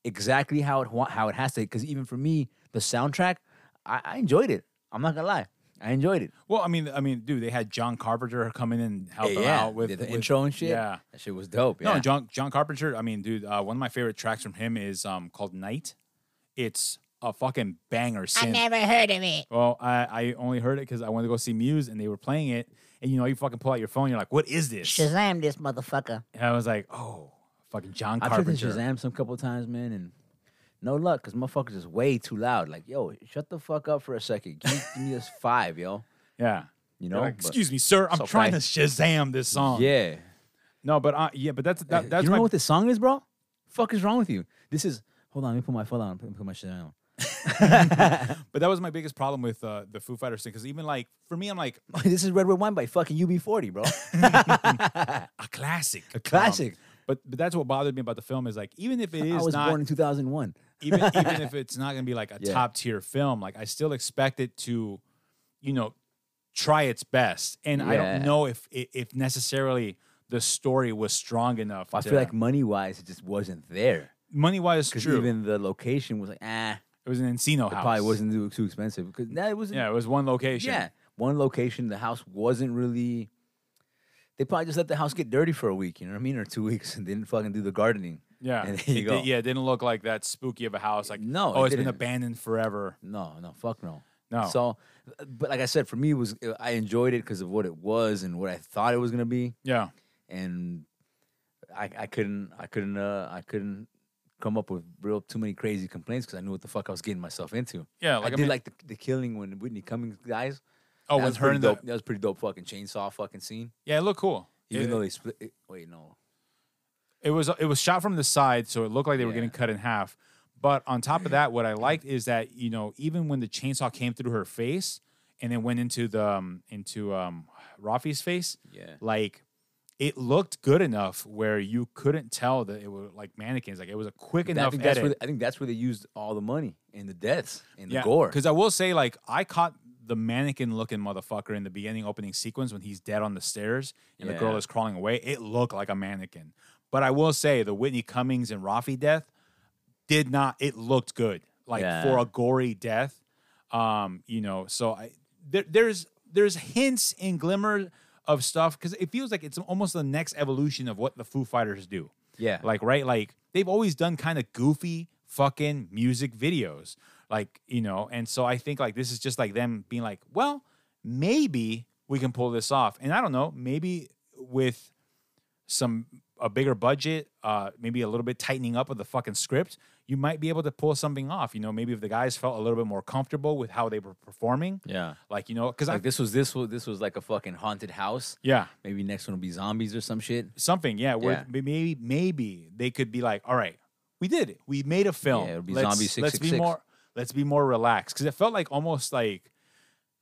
Speaker 1: exactly how it wa- how it has to. Because even for me, the soundtrack, I, I enjoyed it. I'm not gonna lie, I enjoyed it.
Speaker 2: Well, I mean, I mean, dude, they had John Carpenter come in and help them out with
Speaker 1: the, the
Speaker 2: with-
Speaker 1: intro and shit.
Speaker 2: Yeah.
Speaker 1: that shit was dope. Yeah.
Speaker 2: No, John John Carpenter. I mean, dude, uh, one of my favorite tracks from him is um, called "Night." It's a fucking banger. Synth. I never heard of it. Well, I, I only heard it because I wanted to go see Muse and they were playing it. And you know, you fucking pull out your phone. You're like, "What is this?"
Speaker 3: Shazam this mottricker.
Speaker 2: And I was like, "Oh, fucking John
Speaker 1: I've tried to
Speaker 2: Carpenter."
Speaker 1: Shazam some couple times, man, and no luck because motherfuckers is way too loud. Like, yo, shut the fuck up for a second. Give me, give me this five, yo.
Speaker 2: Yeah.
Speaker 1: You
Speaker 2: You're
Speaker 1: know,
Speaker 2: like,
Speaker 1: But-
Speaker 2: Excuse me, sir. I'm
Speaker 1: it's
Speaker 2: trying
Speaker 1: okay.
Speaker 2: to Shazam this song.
Speaker 1: Yeah,
Speaker 2: No, but uh, yeah, but that's that,
Speaker 1: you
Speaker 2: that's
Speaker 1: don't
Speaker 2: my
Speaker 1: know what this song is, bro? Fuck is wrong with you? This is. Hold on, let me put my phone on. Let me put my shit on.
Speaker 2: but that was my biggest problem with uh, the Foo Fighters thing because even like for me, I'm like
Speaker 1: this is Red Red Wine by fucking UB40, bro.
Speaker 2: a classic, a
Speaker 1: classic.
Speaker 2: but but that's what bothered me about the film is like even if it
Speaker 1: I
Speaker 2: is
Speaker 1: was
Speaker 2: not
Speaker 1: born in 2001.
Speaker 2: even even if it's not gonna be like a
Speaker 1: Yeah.
Speaker 2: top tier film, like I still expect it to, you know, try its best. And I
Speaker 1: Yeah.
Speaker 2: don't know if i- if necessarily the story was strong enough.
Speaker 1: I
Speaker 2: to-
Speaker 1: feel like money wise, it just wasn't there.
Speaker 2: money wise,
Speaker 1: Because
Speaker 2: true.
Speaker 1: even the location was like, ah,
Speaker 2: it was an Encino house.
Speaker 1: probably wasn't too, too expensive. Because nah, it was,
Speaker 2: Yeah, it was one location.
Speaker 1: yeah, one location. The house wasn't really. They probably just let the house get dirty for a week, you know what I mean, or two weeks, and didn't fucking do the gardening.
Speaker 2: Yeah,
Speaker 1: and there you
Speaker 2: it,
Speaker 1: go.
Speaker 2: did- yeah, it didn't look like that spooky of a house. Like
Speaker 1: No, it
Speaker 2: oh, it has been
Speaker 1: didn't.
Speaker 2: abandoned forever.
Speaker 1: No, no, fuck no.
Speaker 2: No.
Speaker 1: So, but like I said, for me, it was I enjoyed it because of what it was and what I thought it was gonna be.
Speaker 2: Yeah,
Speaker 1: and I, I couldn't I couldn't uh, I couldn't come up with real too many crazy complaints because I knew what the fuck I was getting myself into.
Speaker 2: Yeah,
Speaker 1: like
Speaker 2: like,
Speaker 1: I,
Speaker 2: I
Speaker 1: did
Speaker 2: mean-
Speaker 1: like the, the killing when Whitney Cummings dies.
Speaker 2: Oh,
Speaker 1: that
Speaker 2: with
Speaker 1: was
Speaker 2: her
Speaker 1: pretty
Speaker 2: and the
Speaker 1: dope. that was pretty dope fucking chainsaw fucking scene.
Speaker 2: yeah, it looked cool.
Speaker 1: Even
Speaker 2: It-
Speaker 1: though they split, it, wait no,
Speaker 2: It was it was shot from the side, so it looked like they were
Speaker 1: Yeah.
Speaker 2: getting cut in half. But on top of that, what I liked is that you know even when the chainsaw came through her face and then went into the um, into um, Rafi's face,
Speaker 1: Yeah.
Speaker 2: like it looked good enough where you couldn't tell that it was like mannequins. Like it was a quick
Speaker 1: That- I
Speaker 2: enough
Speaker 1: think that's
Speaker 2: edit.
Speaker 1: where they, I think that's where they used all the money in the deaths in the
Speaker 2: yeah,
Speaker 1: gore.
Speaker 2: Because I will say, like I caught the mannequin looking motherfucker in the beginning opening sequence when he's dead on the stairs and the girl
Speaker 1: Yeah.
Speaker 2: is crawling away. It looked like a mannequin. But I will say the Whitney Cummings and Rafi death did not. It looked good, like for
Speaker 1: Yeah.
Speaker 2: a gory death. Um, you know, so I there, there's there's hints and glimmer of stuff because it feels like it's almost the next evolution of what the Foo Fighters do.
Speaker 1: Yeah.
Speaker 2: like right, like they've always done kind of goofy fucking music videos, like you know, and so I think like this is just like them being like, well, maybe we can pull this off, and I don't know, maybe with some a bigger budget, uh, maybe a little bit tightening up of the fucking script, you might be able to pull something off. You know, maybe if the guys felt a little bit more comfortable with how they were performing,
Speaker 1: yeah,
Speaker 2: like you know, because I
Speaker 1: like this was this was this was like a fucking haunted house.
Speaker 2: yeah
Speaker 1: Maybe next one will be zombies or some shit.
Speaker 2: something yeah where
Speaker 1: Yeah.
Speaker 2: may- maybe maybe they could be like, all right, we did it, we made a film.
Speaker 1: Yeah, it'll be
Speaker 2: let's,
Speaker 1: Zombie
Speaker 2: let's be
Speaker 1: 666.
Speaker 2: more let's be more relaxed because it felt like almost like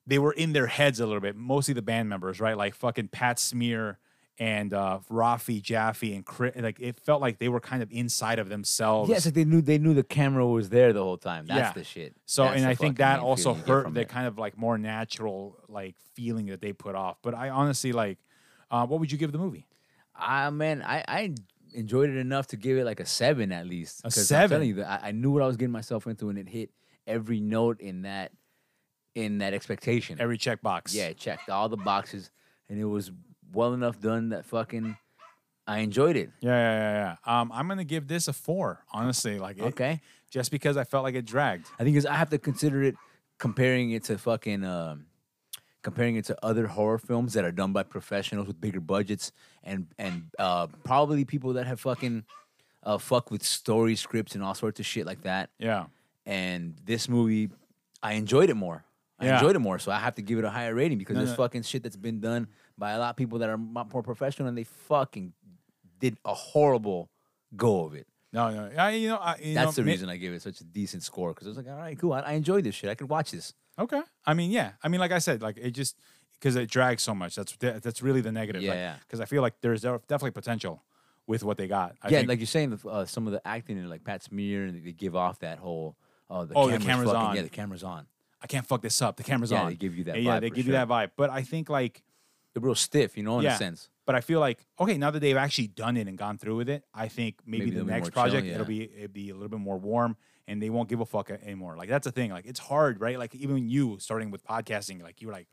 Speaker 2: they were in their heads a little bit, mostly the band members, right? Like fucking Pat Smear and uh, Rafi Jaffe and Chris, like it felt like they were kind of inside of themselves.
Speaker 1: Yeah, it's like they knew they knew the camera was there the whole time. That's
Speaker 2: Yeah.
Speaker 1: the shit.
Speaker 2: So,
Speaker 1: That's
Speaker 2: and
Speaker 1: the
Speaker 2: I
Speaker 1: fucking
Speaker 2: think that
Speaker 1: main
Speaker 2: also
Speaker 1: feeling you get
Speaker 2: hurt
Speaker 1: from
Speaker 2: the
Speaker 1: it.
Speaker 2: kind of like more natural like feeling that they put off. But I honestly like, uh, what would you give the movie?
Speaker 1: Ah man, I, I enjoyed it enough to give it like a seven at least.
Speaker 2: A
Speaker 1: 'Cause I'm
Speaker 2: seven?
Speaker 1: telling you, that I, I knew what I was getting myself into, and it hit every note in that in that expectation.
Speaker 2: Every checkbox.
Speaker 1: yeah, it checked all the boxes, and it was well enough done that fucking I enjoyed it.
Speaker 2: Yeah, yeah, yeah, yeah. Um, I'm gonna give this a four, honestly. Like, it-
Speaker 1: Okay.
Speaker 2: just because I felt like it dragged.
Speaker 1: I think is I have to consider it comparing it to fucking um, comparing it to other horror films that are done by professionals with bigger budgets and and uh, probably people that have fucking uh, fucked with story scripts and all sorts of shit like that.
Speaker 2: Yeah.
Speaker 1: And this movie, I enjoyed it more. I
Speaker 2: Yeah.
Speaker 1: enjoyed it more, so I have to give it a higher rating because
Speaker 2: No,
Speaker 1: there's
Speaker 2: no.
Speaker 1: fucking shit that's been done by a lot of people that are m- more professional and they fucking did a horrible go of it.
Speaker 2: No, no. I, you know, I, you
Speaker 1: That's
Speaker 2: know,
Speaker 1: the
Speaker 2: ma-
Speaker 1: reason I gave it such a decent score because I was like, all right, cool. I, I enjoyed this shit. I could watch this.
Speaker 2: Okay. I mean, yeah. I mean, like I said, like it just because it drags so much. That's that- that's really the negative.
Speaker 1: Yeah.
Speaker 2: Because I feel like there's def- definitely potential with what they got. I
Speaker 1: yeah,
Speaker 2: think-
Speaker 1: like you're saying, the- uh, some of the acting in it, like Pat Smear, and they give off that whole, oh, the,
Speaker 2: Oh, the
Speaker 1: camera's
Speaker 2: camera's
Speaker 1: fucking,
Speaker 2: on.
Speaker 1: Yeah, the camera's on.
Speaker 2: I can't fuck this up. The camera's
Speaker 1: Yeah,
Speaker 2: on.
Speaker 1: they give you that
Speaker 2: Yeah,
Speaker 1: vibe
Speaker 2: they
Speaker 1: for
Speaker 2: give you that vibe. But I think like
Speaker 1: They're real stiff, you know, in
Speaker 2: Yeah.
Speaker 1: a sense.
Speaker 2: But I feel like okay, now that they've actually done it and gone through with it, I think maybe,
Speaker 1: Maybe
Speaker 2: the
Speaker 1: they'll be
Speaker 2: next
Speaker 1: more chill,
Speaker 2: project
Speaker 1: yeah.
Speaker 2: it'll be it'll be a little bit more warm and they won't give a fuck a- anymore. Like that's the thing. Like it's hard, right? Like even you starting with podcasting, like you were like,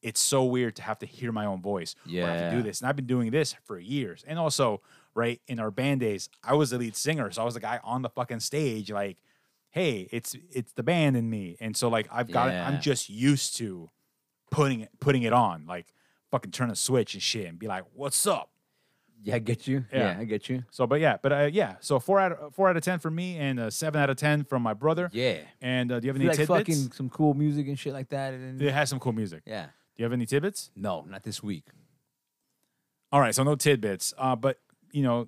Speaker 2: it's so weird to have to hear my own voice. or have to do
Speaker 1: Yeah.
Speaker 2: this, and I've been doing this for years. And also, right in our band days, I was the lead singer, so I was the guy on the fucking stage, like. Hey, it's it's the band and me, and so like I've got it. I'm
Speaker 1: Yeah.
Speaker 2: just used to putting it putting it on, like fucking turn a switch and shit, and be like, "What's up?"
Speaker 1: Yeah, I get you.
Speaker 2: Yeah.
Speaker 1: Yeah, I get you.
Speaker 2: So, but yeah, but uh, yeah, so four out of, four out of ten from me, and uh, seven out of ten from my brother.
Speaker 1: Yeah.
Speaker 2: And uh, do you have
Speaker 1: If
Speaker 2: any
Speaker 1: you like
Speaker 2: tidbits?
Speaker 1: fucking some cool music and shit like that. And,
Speaker 2: It has some cool music.
Speaker 1: yeah.
Speaker 2: Do you have any tidbits?
Speaker 1: No, not this week.
Speaker 2: All right, so no tidbits. Uh, but you know,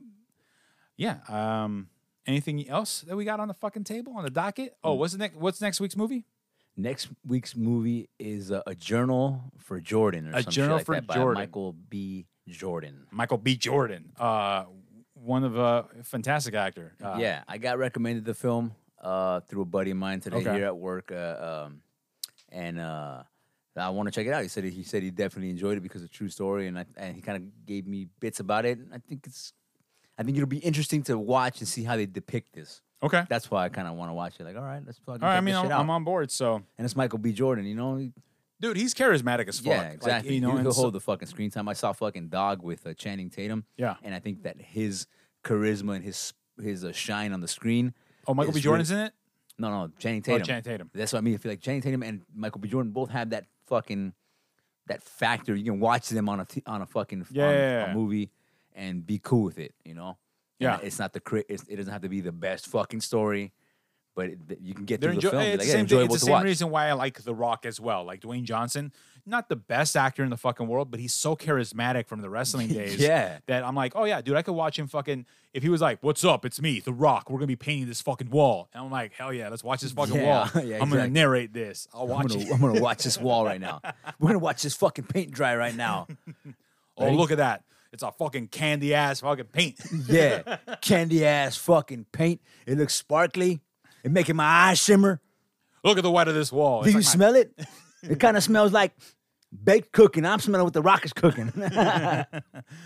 Speaker 2: yeah. Um, anything else that we got on the fucking table on the docket?
Speaker 1: Mm.
Speaker 2: Oh, what's the next? What's next week's movie?
Speaker 1: Next week's movie is uh, a journal for Jordan, or
Speaker 2: A
Speaker 1: some
Speaker 2: Journal
Speaker 1: shit like
Speaker 2: for
Speaker 1: that by
Speaker 2: Jordan.
Speaker 1: Michael B. Jordan.
Speaker 2: Michael B. Jordan, uh, one of a uh, fantastic actor. Uh,
Speaker 1: yeah, I got recommended the film uh, through a buddy of mine today
Speaker 2: Okay.
Speaker 1: here at work, uh, um, and uh, I want to check it out. He said he said he definitely enjoyed it because of true story, and I, and he kind of gave me bits about it. I think it's, I think it'll be interesting to watch and see how they depict this.
Speaker 2: Okay.
Speaker 1: That's why I kind of want to watch it. Like, all right, let's fucking
Speaker 2: All right. I
Speaker 1: check
Speaker 2: mean,
Speaker 1: this shit
Speaker 2: I'm,
Speaker 1: out.
Speaker 2: I'm on board. So,
Speaker 1: and it's Michael B. Jordan, you know. he-
Speaker 2: dude, he's charismatic as fuck.
Speaker 1: Yeah,
Speaker 2: Like,
Speaker 1: exactly.
Speaker 2: you know,
Speaker 1: he
Speaker 2: and
Speaker 1: could
Speaker 2: so-
Speaker 1: hold the fucking screen time. I saw fucking Dog with uh, Channing Tatum.
Speaker 2: Yeah.
Speaker 1: and I think that his charisma and his his uh, shine on the screen.
Speaker 2: Oh, Michael B.
Speaker 1: is
Speaker 2: Jordan's
Speaker 1: really-
Speaker 2: in it.
Speaker 1: No, no, Channing
Speaker 2: Oh,
Speaker 1: Tatum.
Speaker 2: Channing Tatum.
Speaker 1: That's what I mean. I feel like Channing Tatum and Michael B. Jordan both have that fucking that factor. You can watch them on a t- on a fucking
Speaker 2: Yeah,
Speaker 1: on
Speaker 2: yeah, yeah.
Speaker 1: a movie and be cool with it. You know.
Speaker 2: Yeah.
Speaker 1: And it's not the cri- it's, it doesn't have to be the best fucking story, but it, th- you can get
Speaker 2: They're
Speaker 1: through the
Speaker 2: enjoy-
Speaker 1: film. and be
Speaker 2: it's
Speaker 1: like,
Speaker 2: the
Speaker 1: yeah,
Speaker 2: same, thing-
Speaker 1: enjoyable
Speaker 2: it's the
Speaker 1: to
Speaker 2: same
Speaker 1: watch.
Speaker 2: reason why I like The Rock as well. Like Dwayne Johnson, not the best actor in the fucking world, but he's so charismatic from the wrestling days.
Speaker 1: Yeah.
Speaker 2: That I'm like, oh yeah, dude, I could watch him fucking. If he was like, "What's up? It's me, The Rock. We're gonna be painting this fucking wall," and I'm like, hell yeah, let's watch this fucking
Speaker 1: Yeah,
Speaker 2: wall.
Speaker 1: yeah,
Speaker 2: I'm gonna
Speaker 1: exactly.
Speaker 2: narrate this. I'll
Speaker 1: I'm
Speaker 2: watch
Speaker 1: gonna,
Speaker 2: it.
Speaker 1: I'm gonna watch this wall right now. We're gonna watch this fucking paint dry right now.
Speaker 2: oh look at that! It's a fucking candy ass fucking paint.
Speaker 1: Yeah, candy ass fucking paint. It looks sparkly. It making my eyes shimmer.
Speaker 2: look at the white of this wall.
Speaker 1: Do
Speaker 2: It's
Speaker 1: you
Speaker 2: like my-
Speaker 1: smell it? It kind of smells like baked cooking. I'm smelling what the rock is cooking. Um, yeah,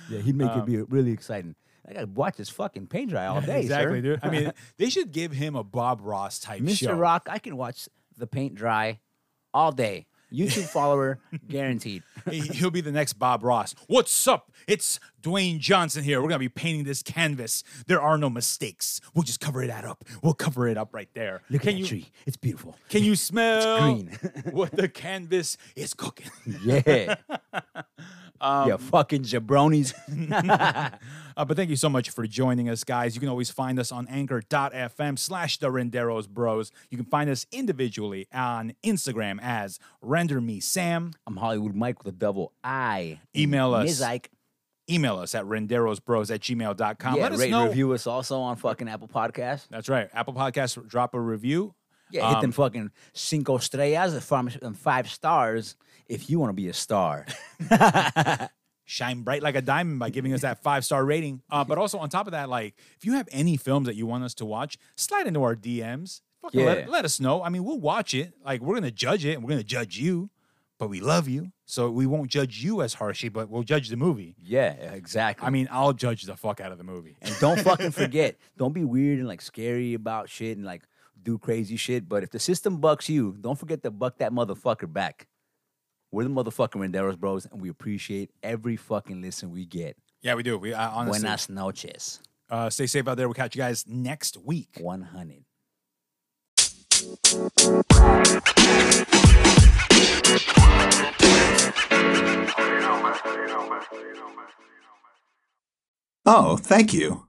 Speaker 1: he'd make it be really exciting. I gotta watch this fucking paint dry all day,
Speaker 2: exactly,
Speaker 1: sir.
Speaker 2: dude. I mean, they should give him a Bob Ross type
Speaker 1: Mr.
Speaker 2: show.
Speaker 1: Rock, I can watch the paint dry all day. YouTube follower guaranteed.
Speaker 2: He- He'll be the next Bob Ross. What's up? It's Dwayne Johnson here. We're gonna be painting this canvas. There are no mistakes. We'll just cover it out up. We'll cover it up right there.
Speaker 1: Look
Speaker 2: can
Speaker 1: at that
Speaker 2: you
Speaker 1: tree. It's beautiful.
Speaker 2: can you smell
Speaker 1: green.
Speaker 2: what the canvas is cooking?
Speaker 1: Yeah. Um, yeah, fucking jabronis.
Speaker 2: Uh, but thank you so much for joining us, guys. You can always find us on anchor.fm slash the Renderos Bros. You can find us individually on Instagram as Render Me Sam.
Speaker 1: I'm Hollywood Mike with a double I.
Speaker 2: Email us.
Speaker 1: Ms. Ike.
Speaker 2: Email us at renderosbros at gmail.com.
Speaker 1: Yeah,
Speaker 2: Let us
Speaker 1: rate
Speaker 2: know.
Speaker 1: and review Uh, us also on fucking Apple Podcasts.
Speaker 2: That's right. Apple Podcasts, drop a review.
Speaker 1: Yeah, hit them fucking cinco estrellas, the farm- them five stars, if you want to be a star.
Speaker 2: shine bright like a diamond by giving us that five star rating. Uh, but also on top of that, like if you have any films that you want us to watch, slide into our DMs. Fucking let,
Speaker 1: Yeah.
Speaker 2: let us know. I mean, we'll watch it. Like we're gonna judge it and we're gonna judge you, but we love you, so we won't judge you as harshly, but we'll judge the movie.
Speaker 1: yeah, exactly.
Speaker 2: I mean, I'll judge the fuck out of the movie.
Speaker 1: and don't fucking forget, don't be weird and like scary about shit and like do crazy shit. But if the system bucks you, don't forget to buck that motherfucker back. We're the motherfucking Renderos Bros, and we appreciate every fucking listen we get.
Speaker 2: Yeah, we do. We uh, honestly
Speaker 1: Buenas noches.
Speaker 2: uh, stay safe out there. We'll catch you guys next week.
Speaker 1: 100.
Speaker 2: Oh, thank you.